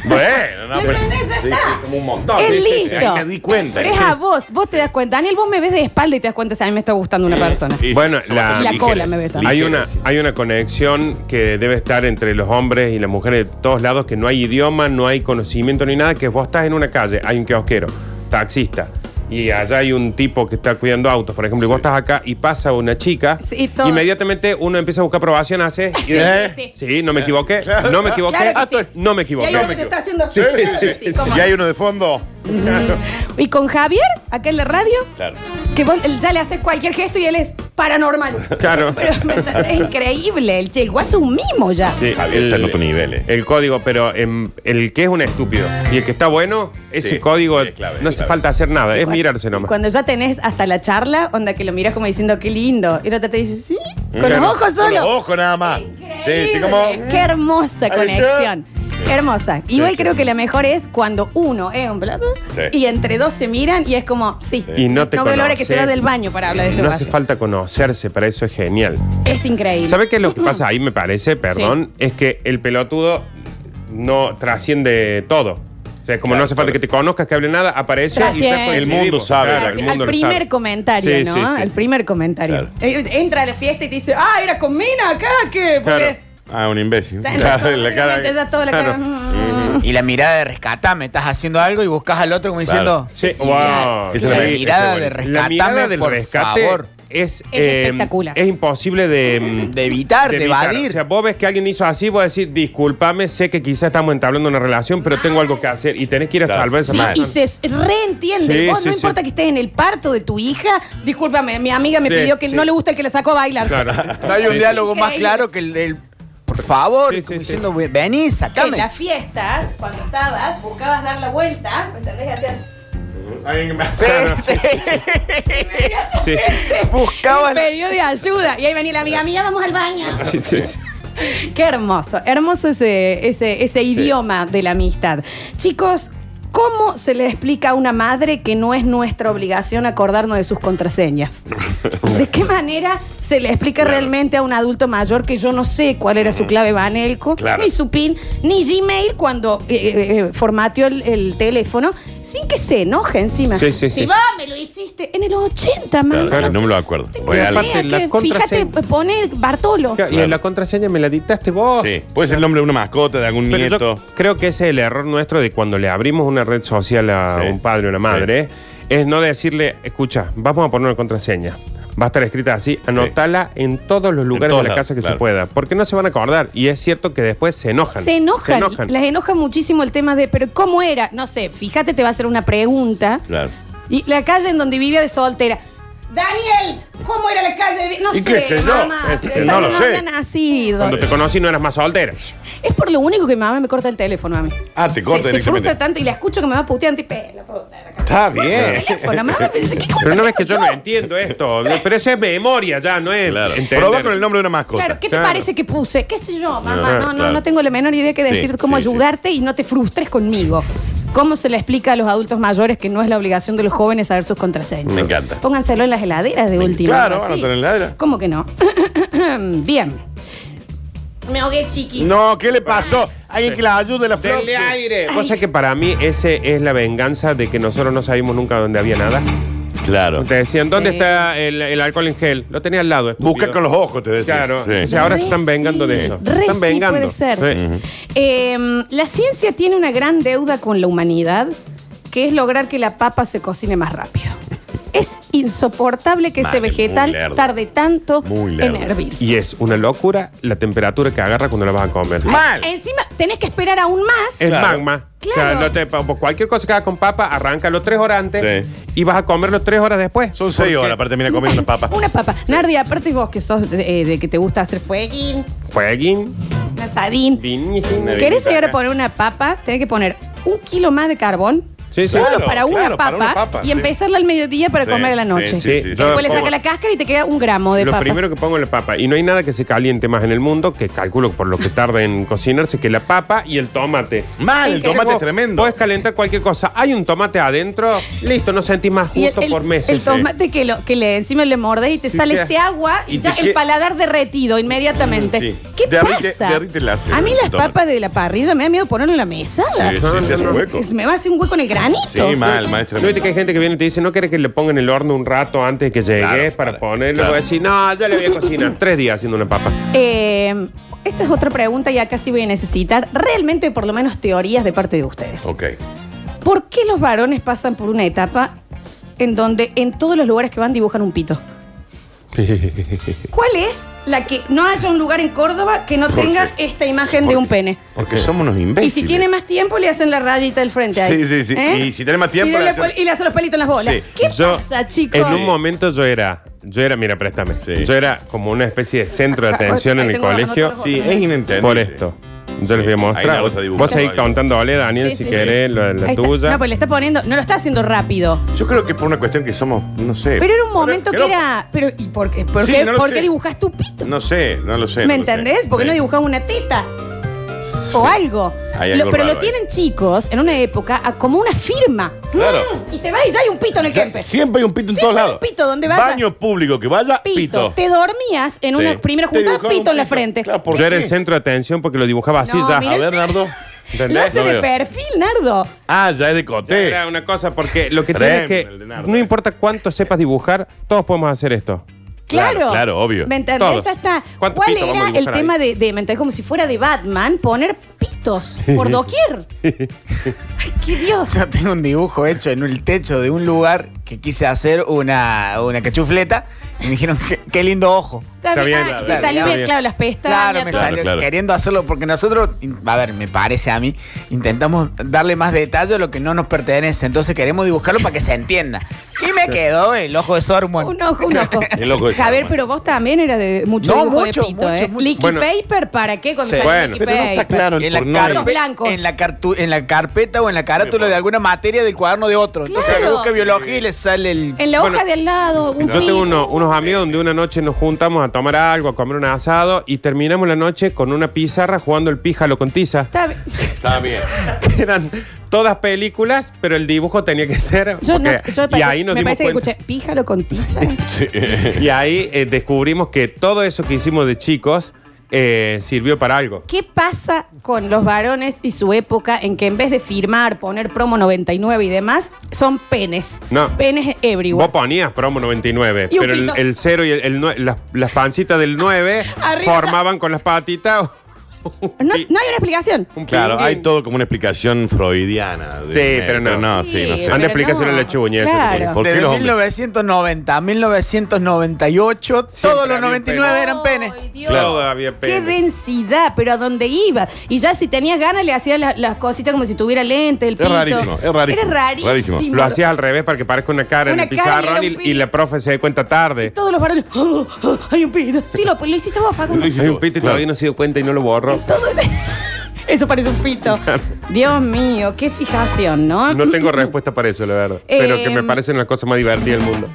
Speaker 4: Bueno, no,
Speaker 5: ¿Me
Speaker 4: pero.
Speaker 5: entendés? Ya está.
Speaker 6: como un montón.
Speaker 5: es
Speaker 4: sí, sí,
Speaker 5: listo.
Speaker 4: ahí me di cuenta.
Speaker 5: Es a vos. Vos te das cuenta. Daniel, vos me ves de espalda y te das cuenta si a mí me está gustando una persona.
Speaker 4: Sí, sí,
Speaker 6: Bueno,
Speaker 4: son
Speaker 6: la-
Speaker 4: bastante
Speaker 5: La
Speaker 4: ligeras.
Speaker 5: cola me ve también.
Speaker 6: Hay
Speaker 4: Ligeras,
Speaker 6: una,
Speaker 4: sí.
Speaker 6: hay una conexión que debe estar entre los hombres y las mujeres de todos lados, que no hay idioma, no hay conocimiento ni nada, que vos estás en una calle, hay un kiosquero, taxista, y allá hay un tipo que está cuidando autos, por ejemplo, y vos estás acá y pasa una chica,
Speaker 5: Sí, todo.
Speaker 6: inmediatamente uno empieza a buscar aprobación, hace... y-
Speaker 5: Sí,
Speaker 4: ¿Eh?
Speaker 5: sí, sí.
Speaker 6: Sí, no me equivoqué,
Speaker 4: Claro.
Speaker 6: no me equivoqué,
Speaker 5: Claro que sí.
Speaker 6: no me
Speaker 5: Y
Speaker 6: equivoqué.
Speaker 5: hay
Speaker 6: No
Speaker 5: otro
Speaker 6: me
Speaker 5: que
Speaker 6: equivoqué.
Speaker 5: está haciendo.
Speaker 4: Sí, sí, sí, sí,
Speaker 5: ¿cómo
Speaker 4: Y
Speaker 5: no?
Speaker 4: hay uno de fondo.
Speaker 5: Y con Javier, acá en la radio,
Speaker 4: Claro.
Speaker 5: que vos él ya le haces cualquier gesto y él es paranormal.
Speaker 6: Claro.
Speaker 5: Pero, ¿me entendés? es increíble. El che, el guaso es un mimo ya.
Speaker 6: Sí,
Speaker 4: Javier está en otro nivel, eh.
Speaker 6: El código, pero em, el que es un estúpido y el que está bueno, ese
Speaker 4: Sí,
Speaker 6: código
Speaker 4: sí, es clave,
Speaker 6: no
Speaker 4: es
Speaker 6: hace
Speaker 4: clave.
Speaker 6: falta hacer nada, es
Speaker 5: Cuando-
Speaker 6: mirarse nomás.
Speaker 5: Cuando ya tenés hasta la charla, onda que lo miras como diciendo qué lindo. Y el otro te dice, sí, con
Speaker 6: Claro,
Speaker 5: los ojos
Speaker 4: Con los
Speaker 5: solo.
Speaker 4: ojos nada más. Sí, sí,
Speaker 5: Increíble.
Speaker 4: como.
Speaker 5: Qué hermosa
Speaker 4: Alicia.
Speaker 5: conexión. Qué Hermosa. Igual
Speaker 6: sí.
Speaker 5: creo que la mejor es cuando uno es un plato
Speaker 4: Sí.
Speaker 5: y entre dos se miran y es como, sí.
Speaker 6: Y no te
Speaker 5: No veo la hora que se va
Speaker 6: conoces.
Speaker 5: del baño para hablar de este
Speaker 6: No
Speaker 5: guaso.
Speaker 6: hace falta conocerse, para eso es genial.
Speaker 5: Es increíble.
Speaker 6: ¿Sabes qué es lo que pasa ahí, me parece? Perdón, es que el pelotudo no trasciende todo. O sea, como
Speaker 4: Claro,
Speaker 6: no hace falta
Speaker 4: claro.
Speaker 6: que te conozcas, que hable nada, aparece
Speaker 5: Trasciende.
Speaker 4: El mundo sabe,
Speaker 5: Gracias.
Speaker 4: el
Speaker 5: Al primer comentario, ¿no? Al primer comentario.
Speaker 4: Claro.
Speaker 5: Eh, Entra a la fiesta y te dice, ah, era con Mina acá, ¿qué?
Speaker 6: Claro.
Speaker 5: Porque
Speaker 4: Ah, un imbécil.
Speaker 5: Está-
Speaker 4: Claro,
Speaker 5: está-
Speaker 4: la cara.
Speaker 5: ya todo la
Speaker 6: Claro.
Speaker 5: cara, mm.
Speaker 7: Y la mirada de rescatame, estás haciendo algo y buscas al otro como
Speaker 4: Claro.
Speaker 7: diciendo.
Speaker 6: Sí,
Speaker 7: "Cecilia".
Speaker 6: wow.
Speaker 4: Esa es
Speaker 7: la
Speaker 4: buena,
Speaker 7: mirada
Speaker 4: esa es
Speaker 7: de
Speaker 4: buena.
Speaker 7: rescatame,
Speaker 6: La mirada del
Speaker 7: por
Speaker 6: rescate
Speaker 7: favor.
Speaker 6: es, eh,
Speaker 5: espectacular.
Speaker 6: Es imposible de,
Speaker 7: De evitar, de,
Speaker 6: evitar.
Speaker 7: evadir.
Speaker 6: O sea, vos ves que alguien hizo así, vos decís, discúlpame, sé que quizás estamos entablando una relación, pero tengo algo que hacer y tenés que ir a
Speaker 4: Claro.
Speaker 6: salvar esa
Speaker 5: Sí,
Speaker 6: madre.
Speaker 5: y se s- reentiende.
Speaker 6: Sí,
Speaker 5: Vos
Speaker 6: sí,
Speaker 5: no
Speaker 6: sí.
Speaker 5: importa que estés en el parto de tu hija. Discúlpame, mi amiga me
Speaker 6: Sí,
Speaker 5: pidió que
Speaker 6: sí.
Speaker 5: no le gusta el que la sacó a bailar.
Speaker 6: Claro.
Speaker 7: No hay un
Speaker 6: Sí,
Speaker 7: diálogo más
Speaker 5: Increíble.
Speaker 7: claro que el. el, por favor,
Speaker 6: Sí, sí,
Speaker 7: como
Speaker 6: sí.
Speaker 7: diciendo, vení,
Speaker 5: En
Speaker 7: sacame.
Speaker 5: las fiestas, cuando estabas, buscabas dar la vuelta, ¿me entendés? Hacías-
Speaker 7: Sí, sí.
Speaker 6: sí.
Speaker 7: Buscabas.
Speaker 5: Y pidió de ayuda. Y ahí venía la amiga mía, vamos al baño.
Speaker 6: Sí, sí, sí.
Speaker 5: Qué hermoso, hermoso ese, ese, ese idioma de la amistad. Chicos, ¿cómo se le explica a una madre que no es nuestra obligación acordarnos de sus contraseñas? ¿De qué manera se le explica
Speaker 4: Claro.
Speaker 5: realmente a un adulto mayor que yo no sé cuál era su clave Banelco,
Speaker 4: Claro.
Speaker 5: ni su PIN, ni Gmail cuando eh, eh, eh, formateó el, el teléfono, sin que se enoje encima?
Speaker 6: Sí, sí, sí.
Speaker 5: Si vos me lo hiciste en los 80,
Speaker 4: Claro,
Speaker 5: man.
Speaker 4: No me lo acuerdo.
Speaker 5: Tengo
Speaker 4: Real.
Speaker 5: una idea
Speaker 6: Aparte, la
Speaker 5: que, Fíjate,
Speaker 6: contraseña.
Speaker 5: pone Bartolo.
Speaker 6: Y en la contraseña me la dictaste vos.
Speaker 4: Sí. Puede ser el nombre de una mascota, de algún
Speaker 6: Pero
Speaker 4: nieto.
Speaker 6: yo creo que ese es el error nuestro de cuando le abrimos una red social a
Speaker 4: Sí.
Speaker 6: un padre o una madre, es no decirle, escucha, vamos a poner una contraseña. Va a estar escrita así, anótala en todos los lugares
Speaker 4: todos
Speaker 6: de la
Speaker 4: lados,
Speaker 6: casa que
Speaker 4: claro.
Speaker 6: se pueda, porque no se van a acordar. Y es cierto que después se enojan.
Speaker 5: Se enojan, las enoja muchísimo el tema de, pero ¿cómo era? No sé, fíjate, te va a hacer una pregunta.
Speaker 4: Claro.
Speaker 5: Y la calle en donde vivía de soltera. Daniel, ¿cómo era la calle? de vi-?" No
Speaker 4: ¿Y
Speaker 5: sé,
Speaker 4: qué sé yo?
Speaker 5: mamá,
Speaker 6: Qué sé
Speaker 5: pero
Speaker 6: yo,
Speaker 5: tal
Speaker 6: no
Speaker 5: vez
Speaker 4: lo
Speaker 5: no
Speaker 4: sé.
Speaker 5: había nacido.
Speaker 6: Cuando te conocí no eras más soltera.
Speaker 5: Es por lo único que mi mamá me corta el teléfono a mí.
Speaker 4: Ah, te corta
Speaker 5: se, se
Speaker 4: directamente.
Speaker 5: frustra tanto y la escucho que me va puteando y pela.
Speaker 4: Está bien.
Speaker 5: Teléfono, mamá, pero dice, ¿qué culpa
Speaker 6: Pero no ves
Speaker 5: tengo
Speaker 6: que yo no entiendo esto. Pero eso es memoria ya, no es
Speaker 4: Claro.
Speaker 6: entender.
Speaker 4: Probá con el nombre de una mascota.
Speaker 5: Claro, ¿qué
Speaker 6: Claro.
Speaker 5: te parece que puse? ¿Qué sé yo, mamá?
Speaker 4: Ah,
Speaker 5: no, no,
Speaker 4: claro.
Speaker 5: no tengo la menor idea que
Speaker 4: Sí,
Speaker 5: decir cómo
Speaker 4: sí, sí.
Speaker 5: ayudarte y no te frustres conmigo. ¿Cómo se le explica a los adultos mayores que no es la obligación de los jóvenes saber sus contraseñas?
Speaker 4: Me encanta.
Speaker 5: Pónganselo en las heladeras de
Speaker 4: Me-
Speaker 5: última.
Speaker 4: claro,
Speaker 5: algo
Speaker 4: van a
Speaker 5: así.
Speaker 4: tener en la heladera.
Speaker 5: ¿Cómo que no? Bien. Me ahogué chiquis.
Speaker 4: No, ¿qué le pasó? Alguien que la ayude la flor.
Speaker 6: Denle aire. Cosa que para mí ese es la venganza de que nosotros no sabíamos nunca dónde había nada.
Speaker 4: Claro.
Speaker 6: Te decían, ¿dónde
Speaker 5: Sí.
Speaker 6: está el, el alcohol en gel? Lo tenía al lado. estúpido.
Speaker 4: Busca con los ojos, te decía.
Speaker 6: Claro.
Speaker 4: Sí.
Speaker 6: O sea, ahora se
Speaker 5: Re
Speaker 6: están vengando de
Speaker 5: sí,
Speaker 6: eso.
Speaker 5: re
Speaker 6: están
Speaker 5: sí
Speaker 6: vengando.
Speaker 5: puede ser.
Speaker 6: Sí.
Speaker 5: Eh, la ciencia tiene una gran deuda con la humanidad, que es lograr que la papa se cocine más rápido. Es insoportable que
Speaker 4: Mal,
Speaker 5: ese vegetal
Speaker 4: muy lerdo.
Speaker 5: tarde tanto
Speaker 4: Muy
Speaker 5: en
Speaker 4: lerdo.
Speaker 5: hervirse.
Speaker 6: Y es una locura la temperatura que agarra cuando la vas a comer.
Speaker 4: Mal.
Speaker 5: Encima, tenés que esperar aún más.
Speaker 6: Es
Speaker 4: Claro.
Speaker 6: magma.
Speaker 5: Claro.
Speaker 6: O sea, no te- por cualquier cosa que hagas con papa, arráncalo tres horas antes
Speaker 4: Sí.
Speaker 6: y vas a comerlo tres horas después.
Speaker 4: Son seis
Speaker 6: Porque
Speaker 4: horas para terminar comiendo una papa.
Speaker 5: Una papa. Nardi, aparte vos que sos de, eh, de que te gusta hacer fueguín,
Speaker 6: Fueguín,
Speaker 5: un asadín.
Speaker 6: vinísimo.
Speaker 4: Una
Speaker 5: ¿Querés
Speaker 4: vinita
Speaker 5: llegar a
Speaker 4: acá.
Speaker 5: poner una papa? Tenés que poner un kilo más de carbón,
Speaker 6: Sí, sí.
Speaker 5: Solo
Speaker 4: Claro,
Speaker 5: para, una
Speaker 4: claro,
Speaker 5: papa,
Speaker 4: para una papa,
Speaker 5: y
Speaker 4: sí.
Speaker 5: empezarla al mediodía para
Speaker 4: Sí,
Speaker 5: comer a la
Speaker 4: sí,
Speaker 5: noche.
Speaker 4: sí,
Speaker 6: sí, sí.
Speaker 5: Después le
Speaker 6: Yo-
Speaker 5: saca la cáscara y te queda un gramo de
Speaker 6: lo
Speaker 5: papa.
Speaker 6: primero que pongo es la papa. Y no hay nada que se caliente más en el mundo, que calculo por lo que tarda en cocinarse, que la papa y el tomate.
Speaker 4: Mal, el
Speaker 5: Increíble.
Speaker 4: tomate es tremendo.
Speaker 6: Puedes calentar cualquier cosa. Hay un tomate adentro, listo, no sentís más
Speaker 5: Y el-
Speaker 6: justo
Speaker 5: el,
Speaker 6: por meses. eh.
Speaker 5: el tomate que, lo, que le, encima le mordes y te
Speaker 6: Sí,
Speaker 5: sale
Speaker 6: que-
Speaker 5: ese agua y,
Speaker 4: y
Speaker 5: ya
Speaker 4: te
Speaker 5: el
Speaker 4: que-
Speaker 5: paladar derretido inmediatamente.
Speaker 4: Mm, sí.
Speaker 5: ¿Qué
Speaker 4: Derrite-
Speaker 5: pasa?
Speaker 4: derrite el ácido
Speaker 5: a mí
Speaker 4: del
Speaker 5: las
Speaker 4: tomate.
Speaker 5: papas de la parrilla me da miedo ponerlo en la mesa.
Speaker 4: Sí, sí, te hace hueco.
Speaker 5: Me va a hacer un hueco en el granito.
Speaker 4: Sí, mal, maestra.
Speaker 6: No viste que hay gente que viene y te dice, no querés que le ponga en el horno un rato antes de que llegues
Speaker 4: Claro,
Speaker 6: para
Speaker 4: para-
Speaker 6: ponerlo.
Speaker 4: claro.
Speaker 6: Y decir, no, yo le voy a cocinar tres días haciendo una papa.
Speaker 5: Eh, esta es otra pregunta y acá sí voy a necesitar realmente por lo menos teorías de parte de ustedes.
Speaker 4: Ok.
Speaker 5: ¿Por qué los varones pasan por una etapa en donde en todos los lugares que van dibujan un pito? ¿Cuál es la que no haya un lugar en Córdoba que no
Speaker 4: ¿Por
Speaker 5: tenga
Speaker 4: qué?
Speaker 5: esta imagen
Speaker 4: ¿Por
Speaker 5: de
Speaker 4: qué?
Speaker 5: un pene?
Speaker 4: Porque somos unos
Speaker 5: Y
Speaker 4: imbéciles.
Speaker 5: si tiene más tiempo, le hacen la rayita del frente ahí. ¿Eh?
Speaker 4: Sí, sí, sí. Y si tiene más tiempo,
Speaker 5: Y, dele-
Speaker 4: le hacen-
Speaker 5: y le hacen los pelitos en las bolas.
Speaker 4: Sí.
Speaker 5: ¿Qué
Speaker 6: Yo,
Speaker 5: pasa, chicos?
Speaker 6: En un momento yo era, yo era, mira, préstame.
Speaker 4: Sí.
Speaker 6: Yo era como una especie de centro de
Speaker 5: Acá,
Speaker 6: atención
Speaker 5: ahí
Speaker 6: en el
Speaker 5: tengo
Speaker 6: colegio
Speaker 5: otro-
Speaker 4: Sí, es inentendible.
Speaker 6: por esto. Yo
Speaker 4: Ahí
Speaker 6: les voy a
Speaker 4: la
Speaker 6: mostrar.
Speaker 4: otra dibujó
Speaker 6: Vos seguís
Speaker 4: algo.
Speaker 6: contándole, Daniel,
Speaker 5: Sí,
Speaker 6: si
Speaker 5: sí,
Speaker 6: querés, la, la
Speaker 5: Ahí está.
Speaker 6: tuya.
Speaker 5: No, pues le está poniendo. No lo está haciendo rápido.
Speaker 4: Yo creo que es por una cuestión que somos, no sé.
Speaker 5: Pero era un momento que
Speaker 4: no-
Speaker 5: era. Pero, ¿Y por qué? ¿Por
Speaker 4: Sí,
Speaker 5: qué,
Speaker 4: no lo
Speaker 5: por
Speaker 4: sé.
Speaker 5: qué dibujas tu pito?
Speaker 4: No sé, no lo sé. no
Speaker 5: ¿Me
Speaker 4: lo sé.
Speaker 5: entendés? Porque
Speaker 4: Sí.
Speaker 5: no dibujás una teta o algo.
Speaker 4: Hay
Speaker 5: Lo-
Speaker 4: algo
Speaker 5: pero lo
Speaker 4: raro ahí.
Speaker 5: tienen chicos en una época a- como una firma.
Speaker 4: Claro.
Speaker 5: Mm, y te vas y ya hay un pito en el
Speaker 4: O sea,
Speaker 5: Kempe.
Speaker 4: siempre hay un pito en
Speaker 5: Siempre
Speaker 4: todos
Speaker 5: hay un
Speaker 4: lados.
Speaker 5: pito, donde vayas.
Speaker 4: Baño público que vaya,
Speaker 5: Pito.
Speaker 4: pito.
Speaker 5: Te dormías en
Speaker 4: Sí.
Speaker 5: una primera
Speaker 4: Te
Speaker 5: juntada, pito,
Speaker 4: dibujaban un
Speaker 5: en la frente.
Speaker 4: Claro, ¿por
Speaker 6: Yo era
Speaker 4: qué?
Speaker 6: el centro de atención porque lo dibujaba así
Speaker 5: No,
Speaker 6: ya.
Speaker 5: mira
Speaker 4: A ver,
Speaker 5: el-
Speaker 4: Nardo.
Speaker 5: Lo hace
Speaker 4: No
Speaker 5: de
Speaker 4: veo.
Speaker 5: perfil, Nardo.
Speaker 4: Ah, ya es de
Speaker 6: Ya
Speaker 4: coté.
Speaker 6: Era una cosa porque lo que tiene es que
Speaker 4: Tremendo, el de Nardo.
Speaker 6: no importa cuánto sepas dibujar, todos podemos hacer esto.
Speaker 5: Claro.
Speaker 4: Claro, claro, obvio.
Speaker 5: ¿Me entendés?
Speaker 6: Todos.
Speaker 5: Ya está. ¿Cuál
Speaker 6: ¿Cuántos pitos vamos
Speaker 5: era
Speaker 6: a
Speaker 5: el
Speaker 6: dibujar ahí?
Speaker 5: tema de, de, ¿me entendés? Como si fuera de Batman, poner pitos por doquier. Ay, qué Dios.
Speaker 7: Yo tengo un dibujo hecho en el techo de un lugar que quise hacer una, una cachufleta y me dijeron, "Qué- qué lindo ojo.
Speaker 5: Está
Speaker 6: bien,
Speaker 5: ah,
Speaker 6: claro,
Speaker 5: y salió
Speaker 7: está
Speaker 5: bien,
Speaker 6: bien.
Speaker 5: claro, las pestañas.
Speaker 7: Claro, me
Speaker 5: todo.
Speaker 7: salió
Speaker 4: claro.
Speaker 7: queriendo hacerlo porque nosotros, in- a ver, me parece a mí, intentamos darle más detalle a lo que no nos pertenece, entonces queremos dibujarlo para que se entienda. Y me quedó el ojo de Sormon.
Speaker 5: Un ojo, un ojo.
Speaker 4: Qué loco ese,
Speaker 5: Javier,
Speaker 4: hermano.
Speaker 5: pero vos también eras de mucho
Speaker 7: No,
Speaker 5: dibujo
Speaker 7: mucho,
Speaker 5: de pito,
Speaker 7: mucho,
Speaker 5: ¿eh?
Speaker 7: mucho.
Speaker 5: Licky
Speaker 6: Bueno.
Speaker 5: paper, ¿para qué? Cuando
Speaker 7: Sí.
Speaker 5: salió
Speaker 6: Bueno,
Speaker 5: Licky
Speaker 4: Pero no está
Speaker 5: paper.
Speaker 4: claro el
Speaker 7: En la,
Speaker 4: porno.
Speaker 5: carne.
Speaker 7: carpe-
Speaker 5: Los blancos.
Speaker 7: en, la cartu- en la carpeta o en la carátula de alguna materia del cuaderno de otro. Entonces
Speaker 5: Claro.
Speaker 7: le busca biología y le sale el...
Speaker 5: En la hoja
Speaker 6: Bueno,
Speaker 5: de al lado, un
Speaker 6: Yo tengo
Speaker 5: pito.
Speaker 6: uno- unos amigos donde una noche nos juntamos a tomar algo, a comer un asado y terminamos la noche con una pizarra jugando el píjalo con tiza.
Speaker 5: Está bien.
Speaker 4: Está bien.
Speaker 6: Eran todas películas, pero el dibujo tenía que ser.
Speaker 5: Yo no,
Speaker 6: porque-
Speaker 5: yo me
Speaker 6: y
Speaker 5: parece-
Speaker 6: ahí nos
Speaker 5: me
Speaker 6: dimos
Speaker 5: parece que
Speaker 6: cuenta.
Speaker 5: escuché píjaro con tiza.
Speaker 6: Y ahí eh, descubrimos que todo eso que hicimos de chicos eh, sirvió para algo.
Speaker 5: ¿Qué pasa con los varones y su época en que en vez de firmar, poner promo 99 y demás, son penes?
Speaker 6: No.
Speaker 5: Penes
Speaker 6: Vos
Speaker 5: everywhere.
Speaker 6: ponías promo 99,
Speaker 5: Y un
Speaker 6: pero el,
Speaker 5: pito.
Speaker 6: 0 y el, el nue- las, las pancitas del 9
Speaker 5: Arriba.
Speaker 6: formaban con las patitas. oh,
Speaker 5: No, no hay una explicación.
Speaker 6: un
Speaker 4: Claro,
Speaker 6: pinguín.
Speaker 4: hay todo como una explicación freudiana. de-
Speaker 6: Ah, Sí, pero no.
Speaker 4: no, sí, no sé.
Speaker 5: pero
Speaker 6: Anda, explicación a la chuña, eso
Speaker 5: Claro.
Speaker 4: ¿Por qué
Speaker 7: Desde
Speaker 4: los hombres?
Speaker 7: 1990 a 1998, todos
Speaker 6: había
Speaker 7: los
Speaker 6: un
Speaker 7: 99 eran penes.
Speaker 5: Ay, Dios.
Speaker 6: Claro, había
Speaker 5: Qué
Speaker 6: penes.
Speaker 5: densidad, pero a dónde iba. Y ya si tenías ganas le hacías la- las cositas como si tuviera lente, el
Speaker 4: Es
Speaker 5: pito.
Speaker 4: rarísimo, es rarísimo,
Speaker 5: Era rarísimo.
Speaker 4: rarísimo.
Speaker 6: Lo hacías al revés para que parezca una cara
Speaker 5: Una
Speaker 6: en el
Speaker 5: cara y era
Speaker 6: pizarrón
Speaker 5: un
Speaker 6: y,
Speaker 5: pito.
Speaker 6: y la profe se dé cuenta tarde.
Speaker 5: Todos los varones. "Oh, oh, hay un pito. Sí, lo, lo hiciste vos, Facundo.
Speaker 4: Lo hice.
Speaker 6: Hay un pito y
Speaker 4: Claro.
Speaker 6: todavía no se dio cuenta y no lo borro.
Speaker 5: Todo el- Eso parece un pito. Dios mío, qué fijación, ¿no?
Speaker 6: No tengo respuesta para eso, la verdad.
Speaker 5: Eh,
Speaker 6: pero que me parecen las cosas más divertidas del mundo.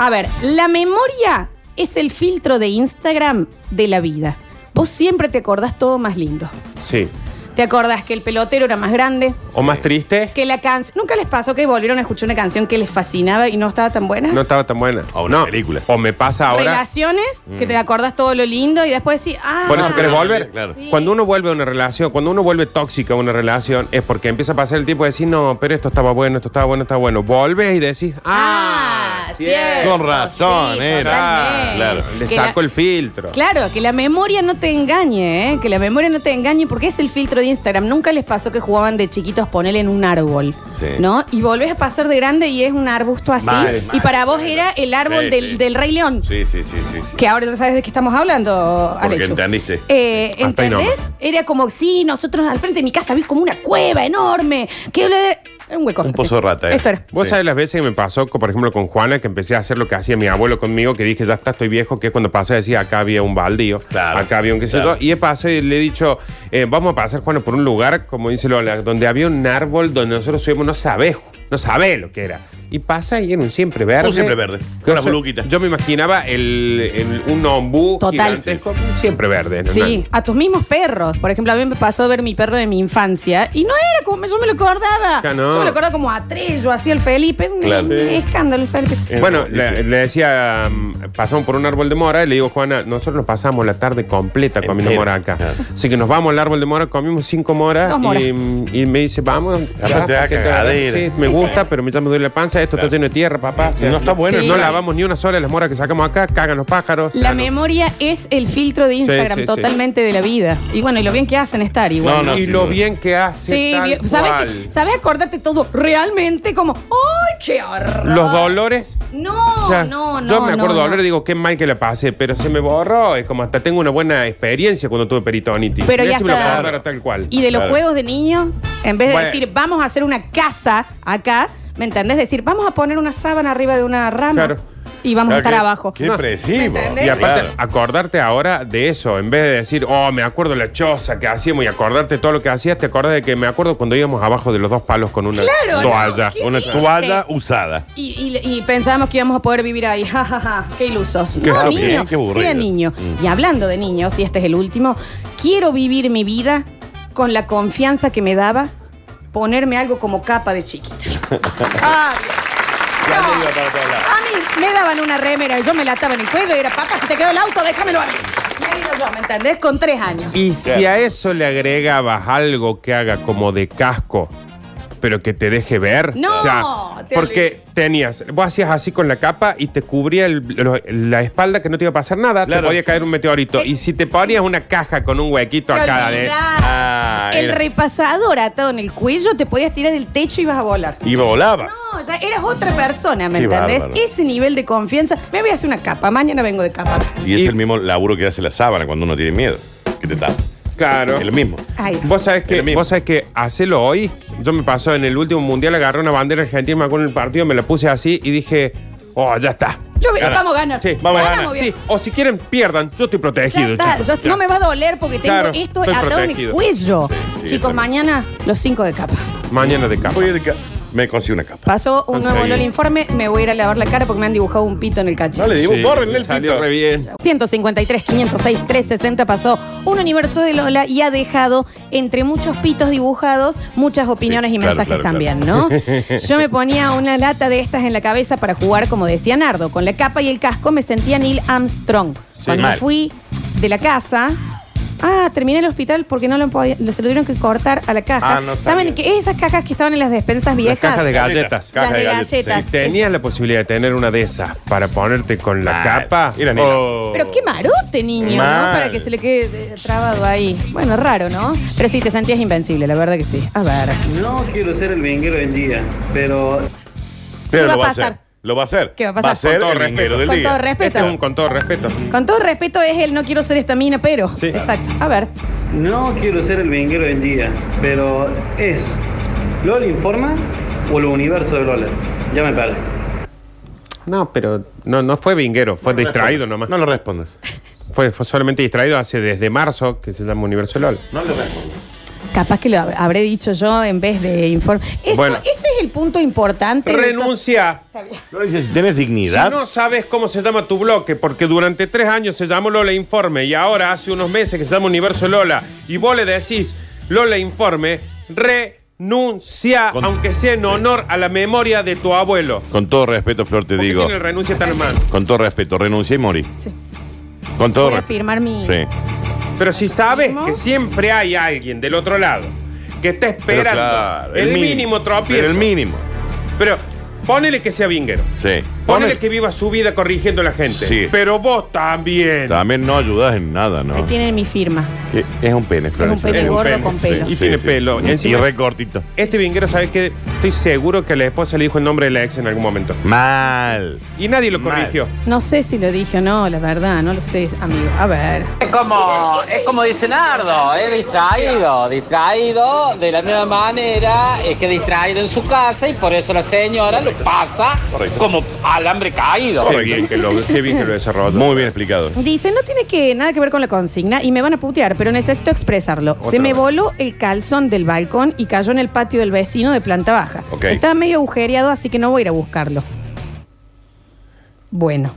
Speaker 5: A ver, la memoria es el filtro de Instagram de la vida. Vos siempre te acordás todo más lindo.
Speaker 6: Sí.
Speaker 5: Te acordás que el pelotero era más grande,
Speaker 6: O más triste,
Speaker 5: que la canción... ¿Nunca les pasó que volvieron a escuchar una canción que les fascinaba y no estaba tan buena?
Speaker 6: no estaba tan buena.
Speaker 4: O una
Speaker 6: no.
Speaker 4: película.
Speaker 6: O me pasa ahora.
Speaker 5: Relaciones, que
Speaker 4: Mm.
Speaker 5: te acordás todo lo lindo y después decís, ah,
Speaker 6: Por eso
Speaker 4: Ah,
Speaker 6: querés
Speaker 4: no,
Speaker 6: volver.
Speaker 4: claro.
Speaker 5: Sí.
Speaker 6: Cuando uno vuelve a una relación, cuando uno vuelve tóxica a una relación, es porque empieza a pasar el tiempo de decir, no, pero esto estaba bueno, esto estaba bueno, está bueno. Volves y decís, ah,
Speaker 5: Ah,
Speaker 6: cierto".
Speaker 5: cierto.
Speaker 4: Con razón,
Speaker 5: Sí,
Speaker 4: era.
Speaker 5: totalmente.
Speaker 4: Claro.
Speaker 6: Le
Speaker 5: Que
Speaker 6: saco
Speaker 5: la-
Speaker 6: el filtro.
Speaker 5: Claro, que la memoria no te engañe, ¿eh? que la memoria no te engañe porque es el filtro de Instagram. Nunca les pasó que jugaban de chiquitos ponerle en un árbol,
Speaker 4: Sí.
Speaker 5: ¿no? Y volvés a pasar de grande y es un arbusto así.
Speaker 4: Mal,
Speaker 5: y
Speaker 4: mal,
Speaker 5: para vos
Speaker 4: mal.
Speaker 5: era el árbol
Speaker 4: Sí,
Speaker 5: del,
Speaker 4: sí.
Speaker 5: del Rey León.
Speaker 4: Sí, sí, sí, sí. sí.
Speaker 5: Que ahora ya sabes de qué estamos hablando,
Speaker 4: Porque
Speaker 5: Alechu.
Speaker 4: entendiste.
Speaker 5: Eh,
Speaker 6: Hasta ahí
Speaker 5: ¿Entendés? Era como, sí, nosotros al frente de mi casa vi como una cueva enorme. Que le- Era un hueco.
Speaker 4: Un
Speaker 5: así.
Speaker 4: pozo de rata, ¿eh?
Speaker 5: Esto era.
Speaker 6: Vos
Speaker 4: Sí.
Speaker 6: sabés las veces que me pasó, co- por ejemplo, con Juana, que empecé a hacer lo que hacía mi abuelo conmigo, que dije, ya está, estoy viejo, que es cuando pasé decía, acá había un baldío,
Speaker 4: Claro,
Speaker 6: acá había un qué sé
Speaker 4: claro.
Speaker 6: yo, y he pasado y le he dicho, eh, vamos a pasar, Juana, por un lugar, como dice Lola, donde había un árbol donde nosotros subimos, no sabés No sabés lo que era. Y pasa y era un siempre verde.
Speaker 4: Un siempre verde, con
Speaker 6: Cosa-
Speaker 4: la buluquita.
Speaker 6: Yo me imaginaba el, el- un ombú
Speaker 5: Total.
Speaker 6: gigantesco, siempre verde. ¿no?
Speaker 5: Sí, a tus mismos perros. Por ejemplo, a mí me pasó ver mi perro de mi infancia y no era como yo me lo acordaba.
Speaker 6: Acá no.
Speaker 5: Yo me lo acordaba como a tres, yo hacía el Felipe. Un
Speaker 4: Claro.
Speaker 5: escándalo el Felipe.
Speaker 6: Eh, Bueno,
Speaker 4: Sí,
Speaker 6: le,
Speaker 4: sí.
Speaker 6: le decía, mm, pasamos por un árbol de mora y le digo, Juana, nosotros nos pasamos la tarde completa comiendo
Speaker 4: Entera.
Speaker 6: mora acá.
Speaker 4: Claro.
Speaker 6: Así que nos vamos al árbol de mora, comimos cinco moras
Speaker 5: Dos moras.
Speaker 6: y, mm, y me dice, vamos.
Speaker 4: Aparte
Speaker 6: ya,
Speaker 4: te da
Speaker 6: porque
Speaker 4: cagadera.
Speaker 6: sí, me gusta, pero me- ya me duele la panza, esto
Speaker 4: Claro.
Speaker 6: está lleno de tierra, papá.
Speaker 4: No está bueno,
Speaker 6: No
Speaker 5: ¿no?
Speaker 6: lavamos ni una sola de las moras que sacamos acá, cagan los pájaros.
Speaker 5: La
Speaker 6: Claro.
Speaker 5: memoria es el filtro de Instagram
Speaker 6: sí, sí.
Speaker 5: totalmente de la vida. Y bueno, y lo bien que hacen estar igual.
Speaker 4: No, no,
Speaker 6: y
Speaker 4: sin
Speaker 6: lo
Speaker 4: duda.
Speaker 6: bien que hace.
Speaker 5: Sí,
Speaker 6: tal
Speaker 5: bien. ¿Sabes,
Speaker 6: cual.
Speaker 5: que- sabes acordarte todo realmente como, ¡ay, qué horror!
Speaker 6: Los dolores.
Speaker 5: No,
Speaker 6: O sea,
Speaker 5: no, no.
Speaker 6: Yo me acuerdo
Speaker 5: no, no.
Speaker 6: ahora y digo, qué mal que la pasé, pero se me borró. Es como hasta tengo una buena experiencia cuando tuve peritonitis.
Speaker 5: Pero
Speaker 6: Mirá
Speaker 5: ya
Speaker 6: si me la
Speaker 5: está.
Speaker 6: puedo dar tal cual.
Speaker 5: Y de los
Speaker 4: Claro.
Speaker 5: juegos de niños, en vez de
Speaker 6: Bueno.
Speaker 5: decir, vamos a hacer una casa acá, ¿me entendés? Decir, vamos a poner una sábana arriba de una rama
Speaker 6: Claro.
Speaker 5: y vamos a
Speaker 4: Claro,
Speaker 5: estar
Speaker 4: qué-
Speaker 5: abajo.
Speaker 4: Qué
Speaker 6: No.
Speaker 4: impresivo.
Speaker 5: ¿Me entendés?
Speaker 6: Y aparte,
Speaker 4: Claro.
Speaker 6: acordarte ahora de eso, en vez de decir, oh, me acuerdo la choza que hacíamos y acordarte todo lo que hacías, te acordás de que me acuerdo cuando íbamos abajo de los dos palos con una
Speaker 5: Claro, no,
Speaker 6: toalla.
Speaker 5: ¿qué
Speaker 4: Una
Speaker 5: dice?
Speaker 4: toalla usada.
Speaker 5: Y, y- y pensábamos que íbamos a poder vivir ahí. Ja, ja, ja. Qué ilusos.
Speaker 4: Qué
Speaker 5: no,
Speaker 4: rápido, ¿eh?
Speaker 5: niño.
Speaker 4: qué aburrido. Mm.
Speaker 5: sea niño. Y hablando de niños, y este es el último, quiero vivir mi vida con la confianza que me daba ponerme algo como capa de chiquita. Ah,
Speaker 4: Ya
Speaker 5: No.
Speaker 4: le digo para todos lados.
Speaker 5: A mí me daban una remera y yo me la ataba en el cuello y era, papá, si te quedó el auto, déjamelo a mí. Me digo yo, ¿me entendés? Con tres años.
Speaker 6: Y si a eso le agregabas algo que haga como de casco, pero que te deje ver.
Speaker 5: No,
Speaker 6: o sea,
Speaker 5: te
Speaker 6: porque tenías, vos hacías así con la capa y te cubría el- lo- la espalda que no te iba a pasar nada,
Speaker 4: Claro.
Speaker 6: te podía caer un meteorito.
Speaker 5: Eh,
Speaker 6: y si te ponías una caja con un huequito
Speaker 5: Te
Speaker 6: acá de.
Speaker 5: olvidás.
Speaker 4: Ah,
Speaker 5: el
Speaker 4: era-
Speaker 5: repasador atado en el cuello te podías tirar del techo y ibas a volar.
Speaker 4: Y volaba.
Speaker 5: No, ya eras otra persona, ¿me
Speaker 4: Qué
Speaker 5: entendés?
Speaker 4: bárbaro.
Speaker 5: Ese nivel de confianza. Me voy a hacer una capa, mañana vengo de capa.
Speaker 4: Y es
Speaker 6: Y-
Speaker 4: el mismo laburo que hace la sábana cuando uno tiene miedo. Que te tapa.
Speaker 6: Claro.
Speaker 4: Es lo mismo.
Speaker 5: Ay.
Speaker 6: Vos sabés que,
Speaker 4: Lo mismo.
Speaker 6: vos sabés que hacelo hoy. Yo me pasó en el último mundial, agarré una bandera argentina, me acuerdo en el partido, me la puse así y dije, oh, ya está.
Speaker 5: Yo vi-
Speaker 4: Gana.
Speaker 5: vamos a ganar.
Speaker 6: Sí,
Speaker 4: vamos a
Speaker 5: Ganamos
Speaker 4: ganar.
Speaker 5: bien.
Speaker 6: Sí, o si quieren, pierdan. Yo estoy
Speaker 5: Ya
Speaker 6: protegido,
Speaker 5: está,
Speaker 6: chicos.
Speaker 5: yo-
Speaker 6: Ya.
Speaker 5: no me va a doler porque tengo
Speaker 6: Claro,
Speaker 5: esto
Speaker 6: estoy
Speaker 5: atado en el
Speaker 6: protegido.
Speaker 5: cuello.
Speaker 4: Sí, sí, también.
Speaker 5: Chicos, mañana los cinco de capa.
Speaker 6: Mañana de capa.
Speaker 4: Voy a dedicar- Me consigo una capa.
Speaker 5: Pasó un nuevo
Speaker 6: Conseguí.
Speaker 5: olor al informe, me voy a ir a lavar la cara porque me han dibujado un pito en el cachete.
Speaker 4: No le digo,
Speaker 6: Sí,
Speaker 4: bórrenle el
Speaker 6: salió
Speaker 4: pito.
Speaker 6: re bien.
Speaker 5: 153, 506, 360 pasó un universo de Lola y ha dejado entre muchos pitos dibujados muchas opiniones
Speaker 4: Sí,
Speaker 5: y
Speaker 4: claro,
Speaker 5: mensajes
Speaker 4: claro,
Speaker 5: también,
Speaker 4: claro.
Speaker 5: ¿no? Yo me ponía una lata de estas en la cabeza para jugar, como decía Nardo, con la capa y el casco me sentía Neil Armstrong. Cuando
Speaker 4: mal.
Speaker 5: fui de la casa... Ah, terminé en el hospital porque no lo podía, lo- se lo tuvieron que cortar a la caja.
Speaker 4: Ah, no
Speaker 5: ¿Saben
Speaker 4: sabía.
Speaker 5: que esas cajas que estaban en las despensas
Speaker 6: Las
Speaker 5: viejas?
Speaker 6: cajas de
Speaker 4: Galletas.
Speaker 6: galletas.
Speaker 4: Caja
Speaker 5: las de
Speaker 4: de galletas, sí.
Speaker 5: galletas.
Speaker 6: Tenías la posibilidad de tener una de esas para ponerte con la
Speaker 4: Ah,
Speaker 6: capa.
Speaker 4: era nena.
Speaker 6: Oh.
Speaker 5: Pero qué marote, niño, ¿no?
Speaker 4: Mal.
Speaker 5: Para que se le quede eh, trabado ahí. Bueno, raro, ¿no? Pero sí, te sentías invencible, la verdad que sí. A ver.
Speaker 3: No quiero ser el vinguero del día, pero
Speaker 4: Pero lo
Speaker 5: ¿Qué
Speaker 4: va
Speaker 5: va a
Speaker 4: a
Speaker 5: pasar?
Speaker 4: hacer. Lo va a hacer.
Speaker 5: ¿Qué va a pasar?
Speaker 4: Va a ser
Speaker 6: Con todo
Speaker 4: el
Speaker 6: respeto.
Speaker 4: vinguero del
Speaker 5: Con todo
Speaker 4: día.
Speaker 5: respeto.
Speaker 6: Este es un con todo respeto.
Speaker 5: Con todo respeto es el no quiero ser esta mina, pero.
Speaker 6: Sí.
Speaker 5: Exacto. A ver.
Speaker 3: no quiero ser el vinguero del día, pero es Lola informa o el universo de Lola. Ya me perdí.
Speaker 6: No, pero no, no fue vinguero, fue distraído nomás.
Speaker 4: No lo respondes.
Speaker 6: Fue, fue solamente distraído hace desde marzo, que se llama Universo LOL.
Speaker 4: No le respondes.
Speaker 5: Capaz que lo hab- habré dicho yo en vez de informe. Eso,
Speaker 6: Bueno.
Speaker 5: Ese es el punto importante. de
Speaker 6: Renuncia.
Speaker 4: No le dices, si tenés
Speaker 6: Si
Speaker 4: dignidad.
Speaker 6: no sabes cómo se llama tu bloque, porque durante tres años se llamó Lola Informe y ahora hace unos meses que se llama Universo Lola, y vos le decís Lola Informe, renuncia,
Speaker 4: Con-
Speaker 6: aunque sea en honor a la memoria de tu abuelo.
Speaker 4: Con todo respeto, Flor, te
Speaker 6: ¿Por qué
Speaker 4: digo.
Speaker 6: tiene el renuncia tan hermano?
Speaker 4: Con todo respeto, renuncié y morí.
Speaker 5: todo. Sí.
Speaker 4: Con todo
Speaker 5: Voy a
Speaker 4: respeto.
Speaker 5: firmar mi.
Speaker 4: Sí.
Speaker 6: Pero si sabes que siempre hay alguien del otro lado que está
Speaker 4: Pero
Speaker 6: esperando
Speaker 4: claro,
Speaker 6: el, mínimo, tropiezo.
Speaker 4: Pero el mínimo.
Speaker 6: Pero ponele que sea vinguero.
Speaker 4: Sí.
Speaker 6: Ponele que viva su vida corrigiendo a la gente.
Speaker 4: Sí.
Speaker 6: Pero vos también.
Speaker 4: También no ayudas en nada, ¿no?
Speaker 5: Ahí tienen mi firma.
Speaker 4: Que es un pene, Flor.
Speaker 5: Es un pene
Speaker 6: Es un
Speaker 5: gordo
Speaker 6: pene,
Speaker 5: con
Speaker 6: sí.
Speaker 5: pelo.
Speaker 6: Y tiene pelo.
Speaker 4: Y,
Speaker 6: Encima-
Speaker 4: recortito.
Speaker 6: Este vinguero, ¿sabes qué? Estoy seguro que la esposa le dijo el nombre de la ex en algún momento.
Speaker 4: Mal.
Speaker 6: Y nadie lo
Speaker 4: Mal.
Speaker 6: corrigió.
Speaker 5: No sé si lo dije o no, la verdad, no lo sé, amigo. A ver.
Speaker 8: Es como, es como dice Nardo, es distraído, distraído de la misma manera, es que distraído en su casa y por eso la señora lo pasa
Speaker 4: Correcto.
Speaker 8: como alambre caído.
Speaker 6: Qué bien que lo, qué bien que lo desarrolló.
Speaker 4: Muy bien explicado.
Speaker 5: Dice, no tiene que, nada que ver con la consigna y me van a putear, pero necesito expresarlo. Se me
Speaker 6: vez.
Speaker 5: voló el calzón del balcón y cayó en el patio del vecino de planta baja.
Speaker 4: Ok.
Speaker 5: Estaba medio agujereado, así que no voy a ir a buscarlo. Bueno.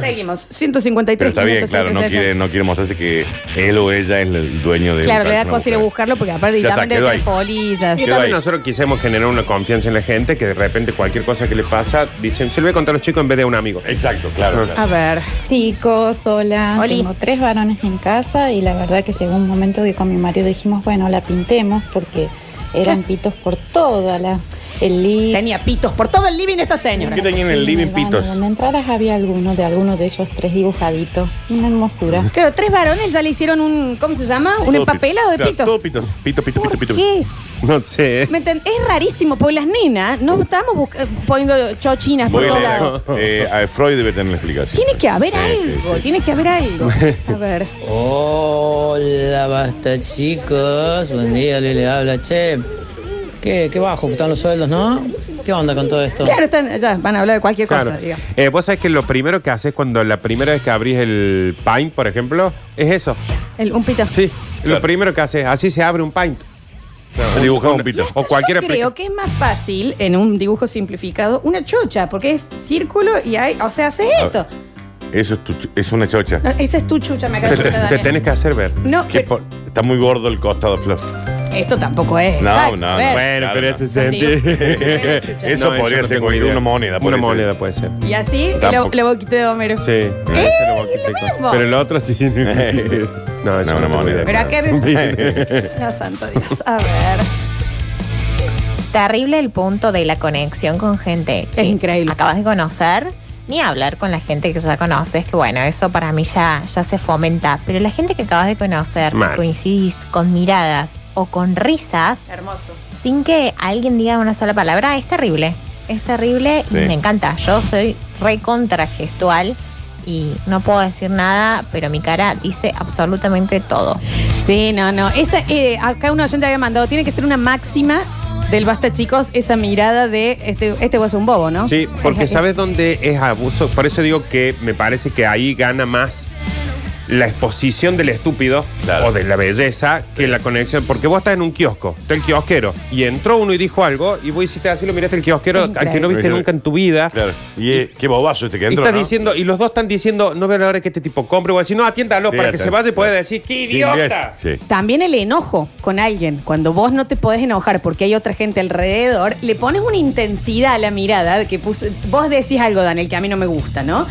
Speaker 5: Seguimos. 153.
Speaker 4: Pero está bien, claro, no
Speaker 5: 560.
Speaker 4: quiere, no quiere mostrarse que él o ella es el dueño de
Speaker 5: Claro, le da cosa ir a buscarlo porque aparte
Speaker 4: Ya está,
Speaker 5: también debe
Speaker 4: quedó
Speaker 5: tener
Speaker 4: ahí.
Speaker 5: polillas.
Speaker 6: Y
Speaker 4: Quedó ahí.
Speaker 6: también nosotros quisimos generar una confianza en la gente que de repente cualquier cosa que le pasa dicen, se lo voy a contar a los chicos en vez de a un amigo.
Speaker 4: Exacto, claro.
Speaker 5: A
Speaker 4: claro.
Speaker 5: ver.
Speaker 9: Chicos, hola.
Speaker 5: Oli.
Speaker 9: Tengo tres varones en casa y la verdad que llegó un momento que con mi marido dijimos, bueno, la pintemos porque eran pitos por toda la el living.
Speaker 5: Tenía pitos por todo el living esta señora.
Speaker 4: ¿Qué tenía en el
Speaker 9: cocina,
Speaker 4: living
Speaker 9: el baño,
Speaker 4: pitos?
Speaker 9: Donde entraras había alguno de alguno de ellos tres dibujaditos, una hermosura.
Speaker 5: Claro, tres varones ya le hicieron un, ¿cómo se llama? Un
Speaker 4: Todo
Speaker 5: empapelado de
Speaker 4: Claro,
Speaker 5: pitos.
Speaker 4: Todo pito, pito, pito, pito,
Speaker 5: ¿Por
Speaker 4: pito.
Speaker 5: qué?
Speaker 6: No sé.
Speaker 5: ¿Me enten- Es rarísimo, porque las nenas no estamos busca- poniendo chochinas por
Speaker 4: Voy a
Speaker 5: todos
Speaker 4: leer.
Speaker 5: lados.
Speaker 4: Eh, a Freud debe tener la explicación.
Speaker 5: Tiene que haber
Speaker 4: Sí,
Speaker 5: algo,
Speaker 4: sí, sí.
Speaker 5: tiene que haber algo. A ver.
Speaker 10: Hola, basta chicos. Buen día, Luis le habla. Che, ¿qué, qué bajo que están los sueldos, ¿no? ¿Qué onda con todo esto?
Speaker 5: Claro, están, ya van a hablar de cualquier
Speaker 6: Claro.
Speaker 5: cosa, digamos.
Speaker 6: Eh, Vos sabés que lo primero que haces cuando la primera vez que abrís el Paint, por ejemplo, es eso.
Speaker 5: El- un pito.
Speaker 6: Sí,
Speaker 4: Claro.
Speaker 6: lo primero que haces, así se abre un Paint.
Speaker 4: Claro, dibujar un pito.
Speaker 6: O cualquier
Speaker 5: Yo creo que es más fácil en un dibujo simplificado una chocha, porque es círculo y hay. O sea, haces
Speaker 4: Ah.
Speaker 5: esto.
Speaker 4: Eso es, tu ch- es una chocha.
Speaker 5: No, esa es tu chucha, me
Speaker 6: Te,
Speaker 5: acabas de
Speaker 6: te-
Speaker 5: contar,
Speaker 6: te
Speaker 5: Daniel.
Speaker 6: tenés que hacer ver.
Speaker 5: No,
Speaker 4: Qué
Speaker 5: pero
Speaker 4: por- Está muy gordo el costado, Flor.
Speaker 6: Ah.
Speaker 5: esto tampoco es.
Speaker 4: No,
Speaker 5: exacto,
Speaker 4: no,
Speaker 5: a
Speaker 4: no,
Speaker 5: ver.
Speaker 4: bueno. Claro, no. Eso podría ser
Speaker 6: tengo
Speaker 4: cualquier-
Speaker 6: idea.
Speaker 4: una moneda, puede
Speaker 6: Una
Speaker 4: ser.
Speaker 6: moneda puede ser.
Speaker 5: Y así,
Speaker 4: Tampoco.
Speaker 5: le boquité de Homero.
Speaker 6: Sí. Ese lo voy a quitar.
Speaker 5: mismo.
Speaker 6: Pero el otro sí. no, eso no,
Speaker 4: una
Speaker 6: tengo
Speaker 4: moneda.
Speaker 6: idea.
Speaker 5: Pero acá. no, santo Dios. A ver.
Speaker 11: Terrible el punto de la conexión con gente que
Speaker 5: Es increíble.
Speaker 11: acabas de conocer, ni hablar con la gente que ya conoces, que bueno, eso para mí ya, ya se fomenta. Pero la gente que acabas de conocer, que
Speaker 6: Mal.
Speaker 11: coincidís con miradas o con risas,
Speaker 5: Hermoso.
Speaker 11: sin que alguien diga una sola palabra, es terrible. Es terrible
Speaker 4: Sí.
Speaker 11: y me encanta. Yo soy recontragestual y no puedo decir nada, pero mi cara dice absolutamente todo.
Speaker 5: Sí, no, no. Esa, eh, acá un oyente había mandado, tiene que ser una máxima del Basta Chicos, esa mirada de este, este vos es un bobo, ¿no?
Speaker 6: Sí, porque
Speaker 5: Es-
Speaker 6: ¿sabes dónde es abuso? Por eso digo que me parece que ahí gana más la exposición del estúpido
Speaker 4: Claro.
Speaker 6: o de la belleza que la conexión. Porque vos estás en un kiosco, está el kiosquero, y entró uno y dijo algo, y vos hiciste así, lo miraste el kiosquero al que no viste nunca en tu vida.
Speaker 4: Claro. Y eh, qué bobazo este que
Speaker 6: Y
Speaker 4: entró,
Speaker 6: estás
Speaker 4: ¿no?
Speaker 6: diciendo, y los dos están diciendo, no veo la hora que este tipo compre, o decir, no, atiéndalo
Speaker 4: Sí,
Speaker 6: para que
Speaker 4: está-
Speaker 6: se vaya y pueda
Speaker 4: está-
Speaker 6: decir, ¡qué
Speaker 4: Sí, inglés.
Speaker 6: idiota!
Speaker 4: Sí.
Speaker 5: También el enojo con alguien, cuando vos no te podés enojar porque hay otra gente alrededor, le pones una intensidad a la mirada de que puse- vos decís algo, Daniel, que a mí no me gusta, ¿no?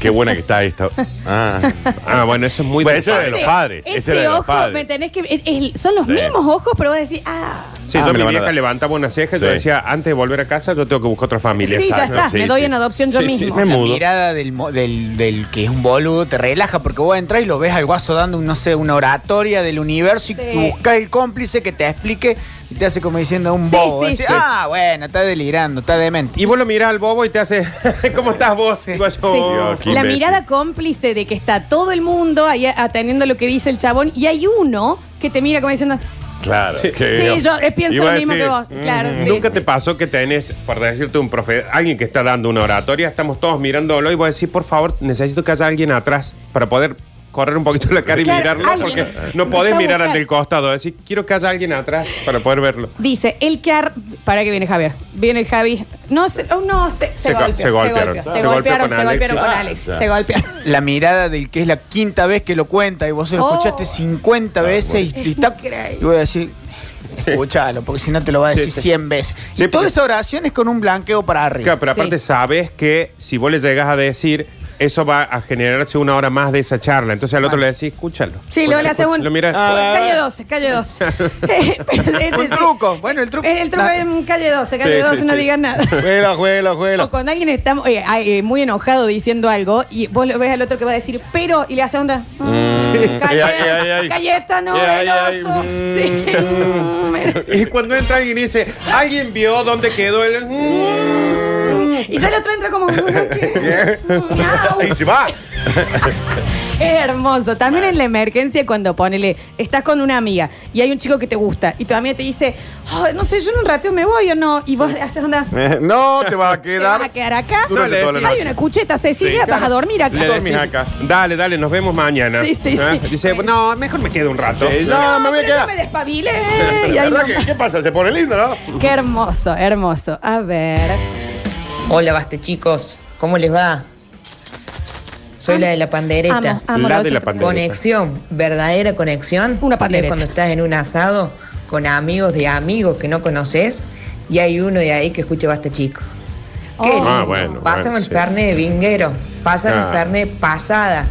Speaker 4: Qué buena que está esta. Ah.
Speaker 6: Ah, bueno, eso es muy
Speaker 4: Bueno, eso
Speaker 6: del
Speaker 4: era de los
Speaker 5: Ese-
Speaker 4: padres. Ese,
Speaker 5: Ese
Speaker 4: era de los
Speaker 5: ojo, me
Speaker 4: padres.
Speaker 5: tenés que. es- es- son los
Speaker 4: Sí.
Speaker 5: mismos ojos, pero vos decís, ah.
Speaker 6: Sí,
Speaker 4: Ah, me
Speaker 6: yo mi
Speaker 4: lo van a
Speaker 6: vieja
Speaker 4: dar.
Speaker 6: levantaba una ceja y yo
Speaker 4: Sí.
Speaker 6: decía, antes de volver a casa, yo tengo que buscar otra familia.
Speaker 5: Sí, ya
Speaker 4: exacto.
Speaker 5: está,
Speaker 4: Sí,
Speaker 5: me doy
Speaker 4: sí.
Speaker 5: en adopción yo
Speaker 6: Sí, sí,
Speaker 5: mismo.
Speaker 4: Me
Speaker 7: La
Speaker 4: mudo.
Speaker 7: mirada del, mo- del, del que es un boludo te relaja porque vos entras y lo ves al guaso dando, un, no sé, una oratoria del universo y
Speaker 5: Sí.
Speaker 7: buscas el cómplice que te explique y te hace como diciendo un
Speaker 5: Sí,
Speaker 7: bobo.
Speaker 5: sí,
Speaker 7: Decís,
Speaker 5: sí.
Speaker 7: Ah, bueno, está delirando, está demente.
Speaker 6: Y vos lo mirás al bobo y te hace, ¿cómo estás vos? Y vos,
Speaker 5: Sí.
Speaker 6: "Oh".
Speaker 4: qué
Speaker 5: La
Speaker 4: imbécil.
Speaker 5: mirada cómplice de que está todo el mundo ahí atendiendo lo que dice el chabón y hay uno que te mira como diciendo,
Speaker 4: Claro.
Speaker 6: Sí.
Speaker 4: que-
Speaker 5: sí, yo eh, pienso
Speaker 4: Iba
Speaker 5: lo
Speaker 4: a
Speaker 5: mismo que
Speaker 4: decir,
Speaker 5: vos. Claro, sí.
Speaker 6: Mm. Nunca te pasó que tenés, por decirte un profe, alguien que está dando una oratoria, estamos todos mirándolo y vos decís, por favor, necesito que haya alguien atrás para poder correr un poquito la cara y
Speaker 5: Claro,
Speaker 6: mirarlo,
Speaker 5: alguien.
Speaker 6: porque no
Speaker 5: Empezá
Speaker 6: podés
Speaker 5: a
Speaker 6: mirar
Speaker 5: buscar.
Speaker 6: al del costado. Decís, quiero que haya alguien atrás para poder verlo.
Speaker 5: Dice, el que ar- Para que viene Javier. Viene el Javi. No, se, oh, no, se, se
Speaker 6: Se go-
Speaker 5: golpeó,
Speaker 6: se
Speaker 5: se
Speaker 6: golpearon.
Speaker 5: golpeó. Se
Speaker 6: Se golpeó
Speaker 5: golpearon,
Speaker 6: con
Speaker 5: se golpearon con
Speaker 4: Alex.
Speaker 5: Alex.
Speaker 4: Ah,
Speaker 5: Se golpearon.
Speaker 7: La mirada del que es la quinta vez que lo cuenta y vos se lo
Speaker 5: Oh.
Speaker 7: escuchaste 50
Speaker 6: Ah,
Speaker 7: veces y- y, está.
Speaker 5: increíble.
Speaker 7: Y voy a decir, escúchalo, porque si no te lo va a
Speaker 6: Sí,
Speaker 7: decir
Speaker 6: sí.
Speaker 7: 100 veces.
Speaker 6: Sí,
Speaker 7: y toda
Speaker 6: porque-
Speaker 7: esa oración es con un blanqueo para arriba.
Speaker 6: Claro, pero aparte
Speaker 5: Sí.
Speaker 6: sabes que si vos le llegás a decir, eso va a generarse una hora más de esa charla. Entonces al otro le decís, escúchalo.
Speaker 5: Sí, luego le hace
Speaker 6: Escúchalo,
Speaker 5: un.
Speaker 6: Lo mirás.
Speaker 5: Ah, calle 12, calle 12. Pero ese
Speaker 7: Un
Speaker 5: sí.
Speaker 7: truco, bueno, el truco.
Speaker 5: Eh, El truco
Speaker 7: Nah.
Speaker 5: es mm, calle 12, calle
Speaker 6: Sí,
Speaker 5: 12,
Speaker 6: sí,
Speaker 5: no
Speaker 6: sí.
Speaker 5: digan nada.
Speaker 4: Juela, juela,
Speaker 5: O
Speaker 4: juela.
Speaker 5: cuando alguien está eh, ah, eh, muy enojado diciendo algo y vos lo ves al otro que va a decir, pero, y le hace onda. mm,
Speaker 4: Ay, ay, ay.
Speaker 5: Cayeta, Cayeta, no,
Speaker 4: Ay, ay,
Speaker 5: el oso. Sí, mm,
Speaker 6: Y cuando entra alguien y dice, ¿alguien vio dónde quedó el.? Mm.
Speaker 5: Y ya el otro entra como. "Ah,
Speaker 4: y se va.
Speaker 5: Es hermoso. También en la emergencia, cuando ponele, estás con una amiga y hay un chico que te gusta y tu amiga te dice, "Ay, no sé, yo en un ratito me voy o no. Y vos haces onda.
Speaker 4: Eh, No, te vas a
Speaker 5: ¿Te vas a
Speaker 4: quedar.
Speaker 5: quedar acá?
Speaker 4: Durante
Speaker 6: No, le
Speaker 4: toda la
Speaker 6: decís-
Speaker 5: Hay
Speaker 4: noche.
Speaker 5: una cucheta, Cecilia,
Speaker 6: Sí,
Speaker 5: vas
Speaker 6: claro.
Speaker 5: a dormir acá.
Speaker 6: Le decís,
Speaker 4: acá.
Speaker 6: Dale, dale, nos vemos mañana.
Speaker 5: Sí, sí,
Speaker 6: ¿Eh?
Speaker 5: sí.
Speaker 6: Dice, no, mejor me quedo un rato.
Speaker 4: Sí,
Speaker 6: ¿Eh?
Speaker 4: No, me voy a
Speaker 5: pero no
Speaker 4: quedar.
Speaker 5: me despabilé. Y
Speaker 4: La
Speaker 5: ahí
Speaker 4: verdad
Speaker 5: nomás.
Speaker 4: que, ¿Qué pasa? Se pone lindo, ¿no?
Speaker 5: Qué hermoso, hermoso. A ver.
Speaker 12: Hola, baste chicos, ¿cómo les va?
Speaker 2: Ah.
Speaker 12: Soy la de la pandereta.
Speaker 5: Amo, amo
Speaker 6: La
Speaker 5: los
Speaker 6: de la
Speaker 5: oyentes.
Speaker 6: pandereta.
Speaker 12: Conexión, verdadera conexión.
Speaker 5: Una
Speaker 12: es
Speaker 5: pandereta.
Speaker 12: cuando estás en un asado con amigos de amigos que no conoces y hay uno de ahí que escucha basta chico. Qué
Speaker 5: Oh.
Speaker 12: lindo.
Speaker 6: Ah, bueno,
Speaker 12: Pásame
Speaker 6: bueno,
Speaker 12: el
Speaker 6: sí.
Speaker 12: carne de vinguero, pásame
Speaker 6: Ah.
Speaker 12: el carne pasada.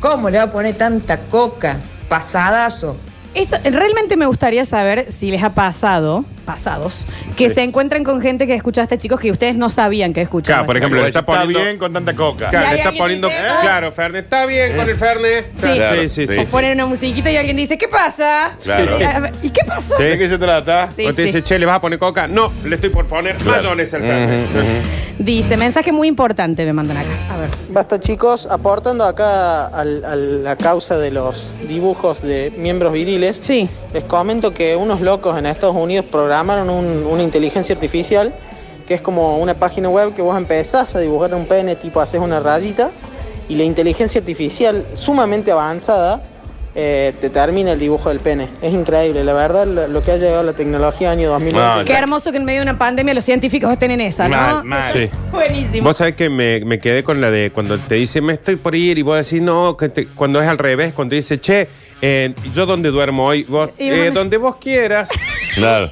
Speaker 12: ¿Cómo le va a poner tanta coca? Pasadazo.
Speaker 5: Eso, realmente me gustaría saber si les ha pasado, pasados, que
Speaker 6: Sí.
Speaker 5: se encuentran con gente que escucha a este chicos que ustedes no sabían que escuchaban.
Speaker 6: Claro, por ejemplo,
Speaker 4: Pero
Speaker 6: le
Speaker 4: está,
Speaker 6: está poniendo.
Speaker 4: bien con tanta coca.
Speaker 5: Y
Speaker 6: Claro,
Speaker 5: hay
Speaker 6: le está
Speaker 5: alguien
Speaker 6: poniendo.
Speaker 5: que dice, "Ah".
Speaker 6: Claro, Fernet, está bien con el Fernet.
Speaker 5: Sí.
Speaker 6: Claro, sí, sí, sí.
Speaker 5: o ponen una musiquita y alguien dice, ¿qué pasa?
Speaker 4: Claro.
Speaker 5: Y, a ver, ¿y qué pasa?
Speaker 4: ¿De qué se trata?
Speaker 5: Sí,
Speaker 6: o Ah, te
Speaker 5: sí.
Speaker 6: dice, che, ¿le vas a poner coca? No, le estoy por poner
Speaker 4: Claro.
Speaker 6: mayonesa al Fernet.
Speaker 5: Dice, mensaje muy importante me mandan acá. A ver.
Speaker 13: Basta chicos, aportando acá al- a la causa de los dibujos de miembros viriles,
Speaker 5: Sí.
Speaker 13: les comento que unos locos en Estados Unidos programaron un- una inteligencia artificial que es como una página web que vos empezás a dibujar un pene, tipo haces una rayita y la inteligencia artificial sumamente avanzada eh, te termina el dibujo del pene. Es increíble, la verdad lo, lo que ha llegado la tecnología año 2020.
Speaker 4: Mal.
Speaker 5: Qué hermoso que en medio de una pandemia los científicos estén en esa, ¿no?
Speaker 4: Ah, Mal, mal.
Speaker 6: Sí.
Speaker 5: Buenísimo.
Speaker 6: Vos sabés que me, me quedé con la de cuando te dice, me estoy por ir, y vos decís, no, que te- cuando es al revés, cuando te dice, che, eh, yo dónde duermo hoy, vos,
Speaker 5: Y
Speaker 6: eh,
Speaker 5: vos-
Speaker 6: donde vos quieras.
Speaker 4: Claro.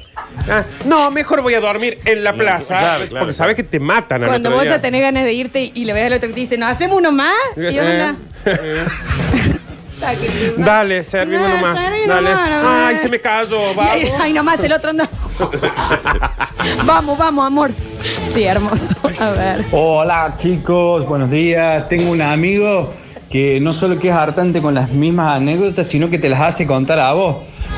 Speaker 6: Ah, no, mejor voy a dormir en la plaza.
Speaker 4: claro,
Speaker 6: porque
Speaker 4: claro.
Speaker 6: sabés que te matan al
Speaker 5: Cuando
Speaker 6: otro
Speaker 5: vos
Speaker 6: día.
Speaker 5: ya tenés ganas de irte y, y le ves al otro que te dice, ¿no hacemos uno más? Y vos
Speaker 6: Eh,
Speaker 5: andás,
Speaker 6: eh,
Speaker 5: "Saque".
Speaker 6: Dale, servime
Speaker 5: No,
Speaker 6: nomás.
Speaker 5: servime
Speaker 6: Dale.
Speaker 5: nomás, nomás.
Speaker 6: Ay, se me cayó, va.
Speaker 5: Ay, ay, nomás el otro anda. vamos, vamos, amor. Sí, hermoso. A ver.
Speaker 14: Hola chicos, buenos días. Tengo un amigo que no solo que es hartante con las mismas anécdotas, sino que te las hace contar a vos.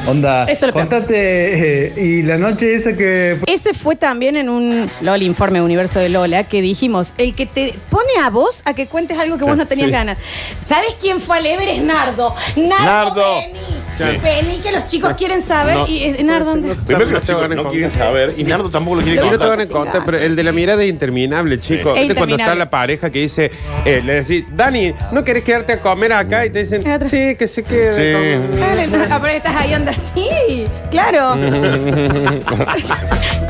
Speaker 14: Onda,
Speaker 5: Eso es lo peor.
Speaker 14: contate eh, y la noche esa que
Speaker 5: Ese fue también en un LOL informe Universo de Lola que dijimos, el que te pone a vos a que cuentes algo que vos no tenías
Speaker 6: sí.
Speaker 5: ganas. ¿Sabes quién fue al Everest? Nardo.
Speaker 4: Nardo.
Speaker 5: Nardo. Vení,
Speaker 4: Sí.
Speaker 5: Vení, que los chicos quieren saber.
Speaker 4: No.
Speaker 5: Y eh, Nardo, ¿dónde?
Speaker 4: Primero que los
Speaker 6: No te van a
Speaker 4: chicos no
Speaker 6: encontrar.
Speaker 4: quieren saber y Nardo tampoco lo quiere
Speaker 6: Y no te
Speaker 4: contar.
Speaker 6: van a contar, pero el de la mirada es interminable, chico.
Speaker 5: Es
Speaker 6: ¿Viste Cuando
Speaker 5: interminable.
Speaker 6: está la pareja que dice, eh, le decís, Dani, ¿no querés quedarte a comer acá? Y te dicen,
Speaker 5: Otra.
Speaker 6: sí, que se quede.
Speaker 4: Sí.
Speaker 5: Dale, no, Ah, pero estás ahí, onda así. Claro.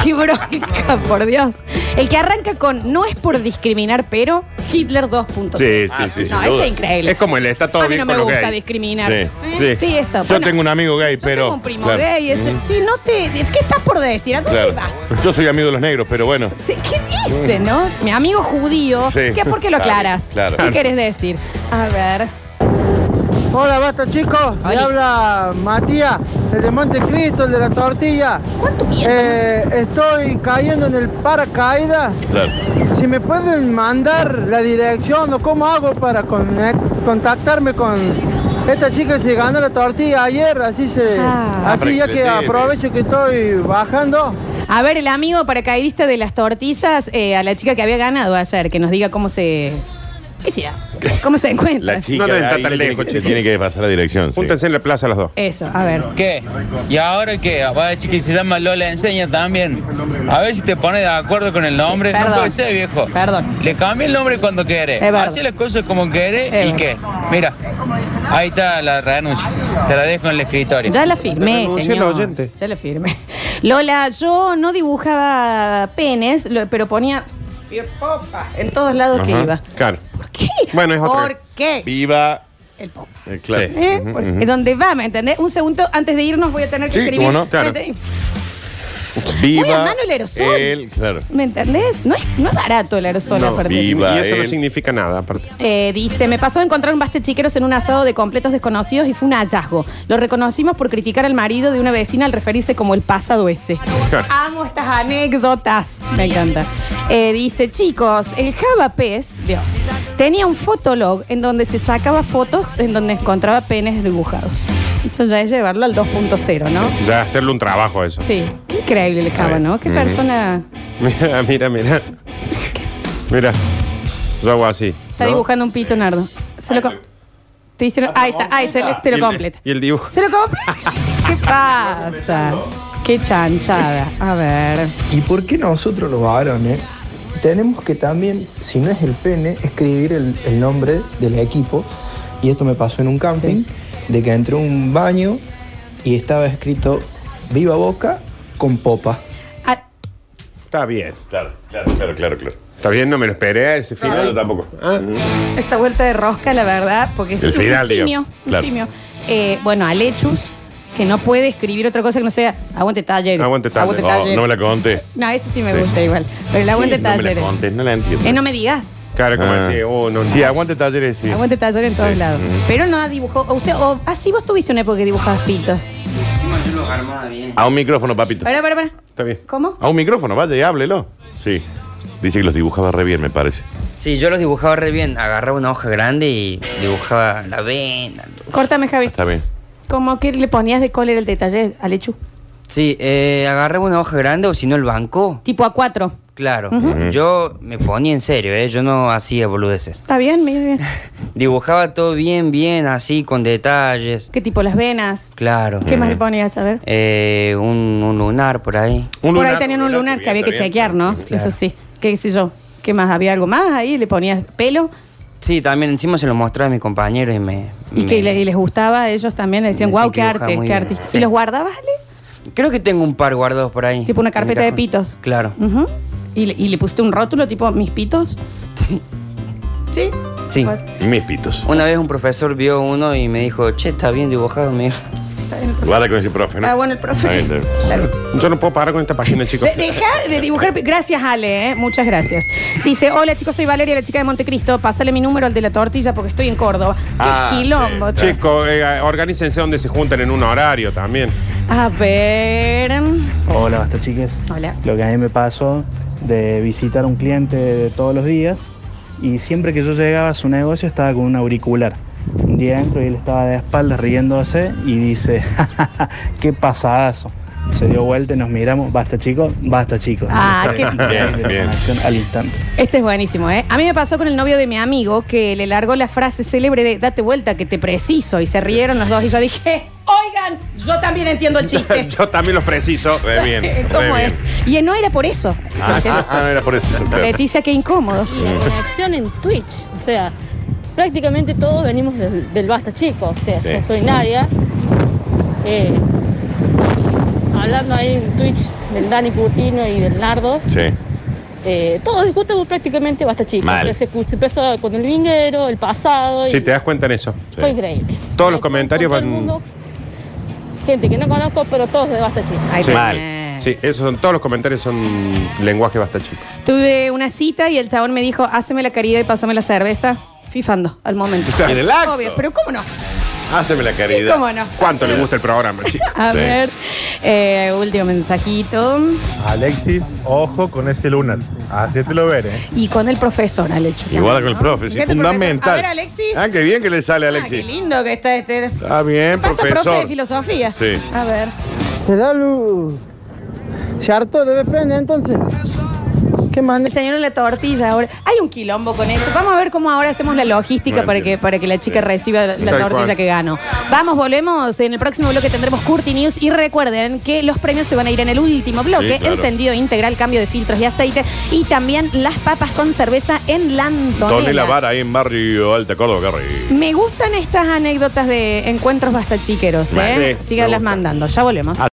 Speaker 5: Qué bronca, por Dios. El que arranca con no es por discriminar, pero Hitler 2.0.
Speaker 4: Sí, sí, sí, sin
Speaker 5: ah, No, eso
Speaker 4: duda.
Speaker 5: es increíble.
Speaker 6: Es como el está todo
Speaker 5: a mí
Speaker 6: bien
Speaker 5: no me
Speaker 6: con los
Speaker 5: gusta
Speaker 6: gays.
Speaker 5: discriminar.
Speaker 4: Sí,
Speaker 5: ¿Eh?
Speaker 4: sí.
Speaker 5: eso.
Speaker 4: Yo tengo un amigo gay, pero.
Speaker 5: tengo un primo
Speaker 4: Claro, Mm,
Speaker 5: gay. es- sí, no te. ¿Qué estás por decir? ¿A dónde
Speaker 4: claro.
Speaker 5: vas?
Speaker 4: Yo soy amigo de los negros, pero bueno.
Speaker 5: Sí, ¿Qué dice, no? Mi amigo judío.
Speaker 4: Sí.
Speaker 5: ¿Qué por qué lo
Speaker 4: Claro,
Speaker 5: aclaras?
Speaker 4: claro.
Speaker 5: ¿Qué querés decir? A ver.
Speaker 13: Hola, basta chicos. Me
Speaker 5: Hola.
Speaker 13: habla Matías, el de Montecristo, el de la tortilla.
Speaker 5: ¿Cuánto miedo?
Speaker 13: Eh, estoy cayendo en el paracaídas.
Speaker 4: Claro.
Speaker 13: Si me pueden mandar la dirección o cómo hago para conec- contactarme con esta chica que se ganó la tortilla ayer, así se,
Speaker 5: Ah.
Speaker 13: así ya que
Speaker 4: Excelente.
Speaker 13: aprovecho que estoy bajando.
Speaker 4: Ah.
Speaker 5: A ver, el amigo paracaidista de las tortillas, eh, a la chica que había ganado ayer, que nos diga cómo se. ¿Qué será? ¿Cómo se encuentra?
Speaker 4: La chica
Speaker 6: deben estar
Speaker 4: ahí
Speaker 6: tan
Speaker 4: le tiene
Speaker 6: lejos,
Speaker 4: que-
Speaker 6: chicos.
Speaker 4: tiene que pasar la dirección. sí.
Speaker 6: Júntense en la plaza los dos.
Speaker 5: Eso, a ver.
Speaker 8: ¿Qué? ¿Y ahora qué? Va a decir que se llama Lola Enseña también. A ver si te pones de acuerdo con el nombre.
Speaker 5: Perdón.
Speaker 8: No puede ser, viejo.
Speaker 5: Perdón.
Speaker 8: Le cambié el nombre cuando querés.
Speaker 5: Es verdad.
Speaker 8: Hacé las cosas como querés
Speaker 5: Es
Speaker 8: y qué. Mira, ahí está la renuncia. Te la dejo en el escritorio.
Speaker 5: Ya la firmé,
Speaker 6: Renuncia
Speaker 5: señor.
Speaker 6: al oyente.
Speaker 5: Ya la firmé. Lola, yo no dibujaba penes, lo- pero ponía popa en todos lados que
Speaker 6: Ajá,
Speaker 5: iba.
Speaker 6: Claro.
Speaker 5: ¿Por qué?
Speaker 6: Bueno, es otra.
Speaker 5: ¿Por qué?
Speaker 4: Viva.
Speaker 5: El popa.
Speaker 4: eh, claro.
Speaker 5: ¿Eh? Porque ¿Dónde va? ¿Me entendés? Un segundo antes de irnos voy a tener que
Speaker 4: Sí,
Speaker 5: escribir.
Speaker 4: cómo no, claro.
Speaker 5: ¿Me entendés?
Speaker 4: Viva.
Speaker 5: Muy a mano el aerosol.
Speaker 4: él, claro.
Speaker 5: ¿Me entendés? No es, no es barato el aerosol,
Speaker 6: eh, No,
Speaker 5: aparte.
Speaker 4: viva.
Speaker 6: Y eso no
Speaker 4: él.
Speaker 6: significa nada, aparte.
Speaker 5: Eh, dice, me pasó de encontrar un baste chiqueros en un asado de completos desconocidos y fue un hallazgo. Lo reconocimos por criticar al marido de una vecina al referirse como el pasado ese.
Speaker 6: Claro.
Speaker 5: Amo estas anécdotas. Me encanta. Eh, dice, chicos, el Javapés, Dios, tenía un fotolog en donde se sacaba fotos en donde encontraba penes dibujados. Eso ya es llevarlo al 2.0, ¿no?
Speaker 6: Ya hacerle un trabajo a eso.
Speaker 5: Sí, increíble el Java, ¿no? Qué persona...
Speaker 6: Mira, mira, mira. Mira, yo hago así.
Speaker 5: Está
Speaker 6: ¿no?
Speaker 5: dibujando un pito, Nardo. Se lo com- Te hicieron. Ahí está, ahí se, lo- te
Speaker 6: Y
Speaker 5: lo
Speaker 6: el-
Speaker 5: completa.
Speaker 6: Y el dibujo.
Speaker 5: ¿Se lo completa? ¿Qué pasa? Qué chanchada. A ver.
Speaker 15: ¿Y por qué nosotros los varones tenemos que también, si no es el pene, escribir el, el nombre del equipo? Y esto me pasó en un camping, de que entré a un baño y estaba escrito Viva Boca con popa.
Speaker 5: Ah,
Speaker 6: Está bien.
Speaker 4: Claro, claro, claro, claro. claro.
Speaker 6: Está bien, no me lo esperé a ese final.
Speaker 4: No, yo tampoco.
Speaker 5: Ah, Esa vuelta de rosca, la verdad, porque es
Speaker 6: El
Speaker 5: un
Speaker 6: final,
Speaker 5: simio.
Speaker 6: digamos.
Speaker 5: Un
Speaker 6: Claro.
Speaker 5: simio. Eh, bueno, Alechus, que no puede escribir otra cosa que no sea aguante taller.
Speaker 4: Aguante
Speaker 5: taller. Aguante
Speaker 4: No,
Speaker 5: taller.
Speaker 4: no me la conté.
Speaker 5: No, ese sí me
Speaker 4: Sí.
Speaker 5: gusta igual. Pero el aguante
Speaker 4: Sí,
Speaker 5: taller.
Speaker 4: No me la contes, no la entiendo.
Speaker 5: eh, no me digas.
Speaker 6: Claro, como
Speaker 4: Ah.
Speaker 6: así, oh, no, no.
Speaker 4: Sí, aguante talleres, sí.
Speaker 5: Aguante taller en todos
Speaker 4: Sí.
Speaker 5: lados.
Speaker 4: Mm.
Speaker 5: Pero no dibujó. o Usted, o, ah, sí, vos tuviste una época que dibujabas pitos.
Speaker 4: A un micrófono, papito.
Speaker 5: Pará, pará, pará.
Speaker 4: Está bien.
Speaker 5: ¿Cómo?
Speaker 16: Ah.
Speaker 4: A un micrófono, vaya y háblelo. Sí. Dice que los dibujaba re bien, me parece.
Speaker 16: Sí, yo los dibujaba re bien. Agarraba una hoja grande y dibujaba la vena.
Speaker 5: Córtame,
Speaker 16: Ah,
Speaker 5: Javi.
Speaker 4: Está bien.
Speaker 5: ¿Cómo que le ponías de cólera el detalle a Lechu?
Speaker 16: Sí, eh, agarraba una hoja grande o si no el banco.
Speaker 5: Tipo a cuatro.
Speaker 16: Claro.
Speaker 5: Ujú.
Speaker 16: Yo me ponía en serio, ¿eh? Yo no hacía boludeces.
Speaker 5: ¿Está bien? Mira bien.
Speaker 16: Dibujaba todo bien, bien, así, con detalles.
Speaker 5: ¿Qué tipo? Las venas.
Speaker 16: Claro.
Speaker 5: ¿Qué más le ponías? A ver.
Speaker 16: Eh, un, un lunar por ahí.
Speaker 5: Por ahí tenían un lunar que había que chequear, ¿no?
Speaker 16: Claro.
Speaker 5: Eso sí. ¿Qué sé yo? ¿Qué más? ¿Había algo más ahí? ¿Le ponías pelo?
Speaker 16: Sí, también encima se lo mostraba a mis compañeros y me...
Speaker 5: Y
Speaker 16: me-
Speaker 5: que le- y les gustaba a ellos también. Le decían,
Speaker 16: Me
Speaker 5: wow, qué
Speaker 16: decían que dibujaba
Speaker 5: arte,
Speaker 16: muy
Speaker 5: qué
Speaker 16: bien.
Speaker 5: artista.
Speaker 16: Sí.
Speaker 5: ¿Y los guardabas, Ale?
Speaker 16: Creo que tengo un par guardados por ahí.
Speaker 5: Tipo una
Speaker 16: en un
Speaker 5: carpeta de
Speaker 16: cajón.
Speaker 5: pitos. Mm.
Speaker 16: Claro.
Speaker 5: Ujú. ¿Y, le, y le pusiste un rótulo tipo, mis pitos?
Speaker 16: Sí.
Speaker 5: ¿Sí?
Speaker 16: Sí.
Speaker 5: Pues,
Speaker 4: Mis pitos.
Speaker 16: Una vez un profesor vio uno y me dijo, che, está bien dibujado, me dijo.
Speaker 4: Guarda con ese profe, ¿no?
Speaker 5: Ah, bueno, el profe.
Speaker 4: Ahí está.
Speaker 6: Yo no puedo parar con esta página, chicos.
Speaker 5: De- deja de dibujar. pi- Gracias, Ale, ¿eh? muchas gracias. Dice: Hola, chicos, soy Valeria, la chica de Montecristo. Pásale mi número al de la tortilla porque estoy en Córdoba. Qué
Speaker 6: Ah,
Speaker 5: quilombo. che.
Speaker 6: Chicos, eh, organícense donde se juntan en un horario también.
Speaker 5: A ver.
Speaker 17: Hola, basta chiques.
Speaker 5: Hola.
Speaker 17: Lo que a mí me pasó de visitar a un cliente de todos los días y siempre que yo llegaba a su negocio estaba con un auricular. Un día entro y él estaba de espaldas riéndose y dice, "Ja, ja, ja, qué pasadazo. Se dio vuelta y nos miramos, basta chicos, basta chicos.
Speaker 5: Ah, qué-
Speaker 4: Bien,
Speaker 17: De la
Speaker 4: bien.
Speaker 17: conexión Al instante.
Speaker 5: Este es buenísimo, ¿eh? A mí me pasó con el novio de mi amigo que le largó la frase célebre de date vuelta que te preciso y se rieron los dos y yo dije, oigan, yo también entiendo el chiste.
Speaker 6: Yo también los preciso. Eh,
Speaker 4: Re bien, re
Speaker 5: ¿Cómo
Speaker 4: bien.
Speaker 5: es? Y no era por eso.
Speaker 4: Ah, ah, ah, no era por eso. claro.
Speaker 5: Leticia, qué incómodo.
Speaker 18: y la conexión en Twitch. O sea, prácticamente todos venimos del, del Basta Chico. O sea,
Speaker 4: Sí.
Speaker 18: yo soy Nadia. eh, hablando ahí en Twitch del Dani Curtino y del Nardo.
Speaker 4: Sí.
Speaker 18: eh, todos discutimos prácticamente Basta Chico.
Speaker 6: Mal.
Speaker 18: Se, escu- se empezó con el vinguero, el pasado. y
Speaker 6: Si te das cuenta en eso.
Speaker 18: Fue increíble.
Speaker 6: Todos los comentarios
Speaker 18: Todo el
Speaker 6: van.
Speaker 18: mundo, gente que no conozco, pero todos de Basta Chico.
Speaker 6: Sí. Sí, esos son, todos los comentarios son lenguaje basta chico.
Speaker 5: Tuve una cita y el chabón me dijo, háceme la caridad y pásame la cerveza. Fifando al momento.
Speaker 6: Está en el acto.
Speaker 5: Obvio, pero ¿cómo no?
Speaker 4: Háceme la caridad.
Speaker 5: ¿Cómo no?
Speaker 6: ¿Cuánto le gusta el programa, chicos?
Speaker 5: A
Speaker 6: Sí.
Speaker 5: ver, eh, último mensajito.
Speaker 19: Alexis, ojo con ese lunar. Así te lo veré.
Speaker 5: Y con el profesor, al hecho.
Speaker 4: Y guarda con el profe, sí,
Speaker 5: Fíjate, profesor.
Speaker 4: fundamental.
Speaker 5: A ver, Alexis.
Speaker 4: Ah, qué bien que le sale,
Speaker 5: Ah, qué
Speaker 4: Alexis.
Speaker 5: lindo que está este.
Speaker 4: Ah, bien,
Speaker 5: Pasa profe
Speaker 4: profesor.
Speaker 5: de filosofía.
Speaker 4: Sí.
Speaker 5: A ver.
Speaker 20: Se da luz. Se hartó de depende entonces.
Speaker 5: ¿Qué manda? El señor en la tortilla ahora. Hay un quilombo con eso. Vamos a ver cómo ahora hacemos la logística
Speaker 20: No
Speaker 5: para que,
Speaker 20: entiendo.
Speaker 5: para que la chica
Speaker 20: Sí.
Speaker 5: reciba la
Speaker 20: Tal cual.
Speaker 5: tortilla que ganó. Vamos, volvemos. En el próximo bloque tendremos Curti News. Y recuerden que los premios se van a ir en el último bloque.
Speaker 20: Sí, claro.
Speaker 5: Encendido integral, cambio de filtros y aceite. Y también las papas con cerveza en Lantonela.
Speaker 4: Doné la vara ahí en barrio Alta Córdoba, Carri.
Speaker 5: Me gustan estas anécdotas de encuentros bastachiqueros, ¿eh?
Speaker 4: Sí, me
Speaker 5: Síganlas mandando. Ya volvemos.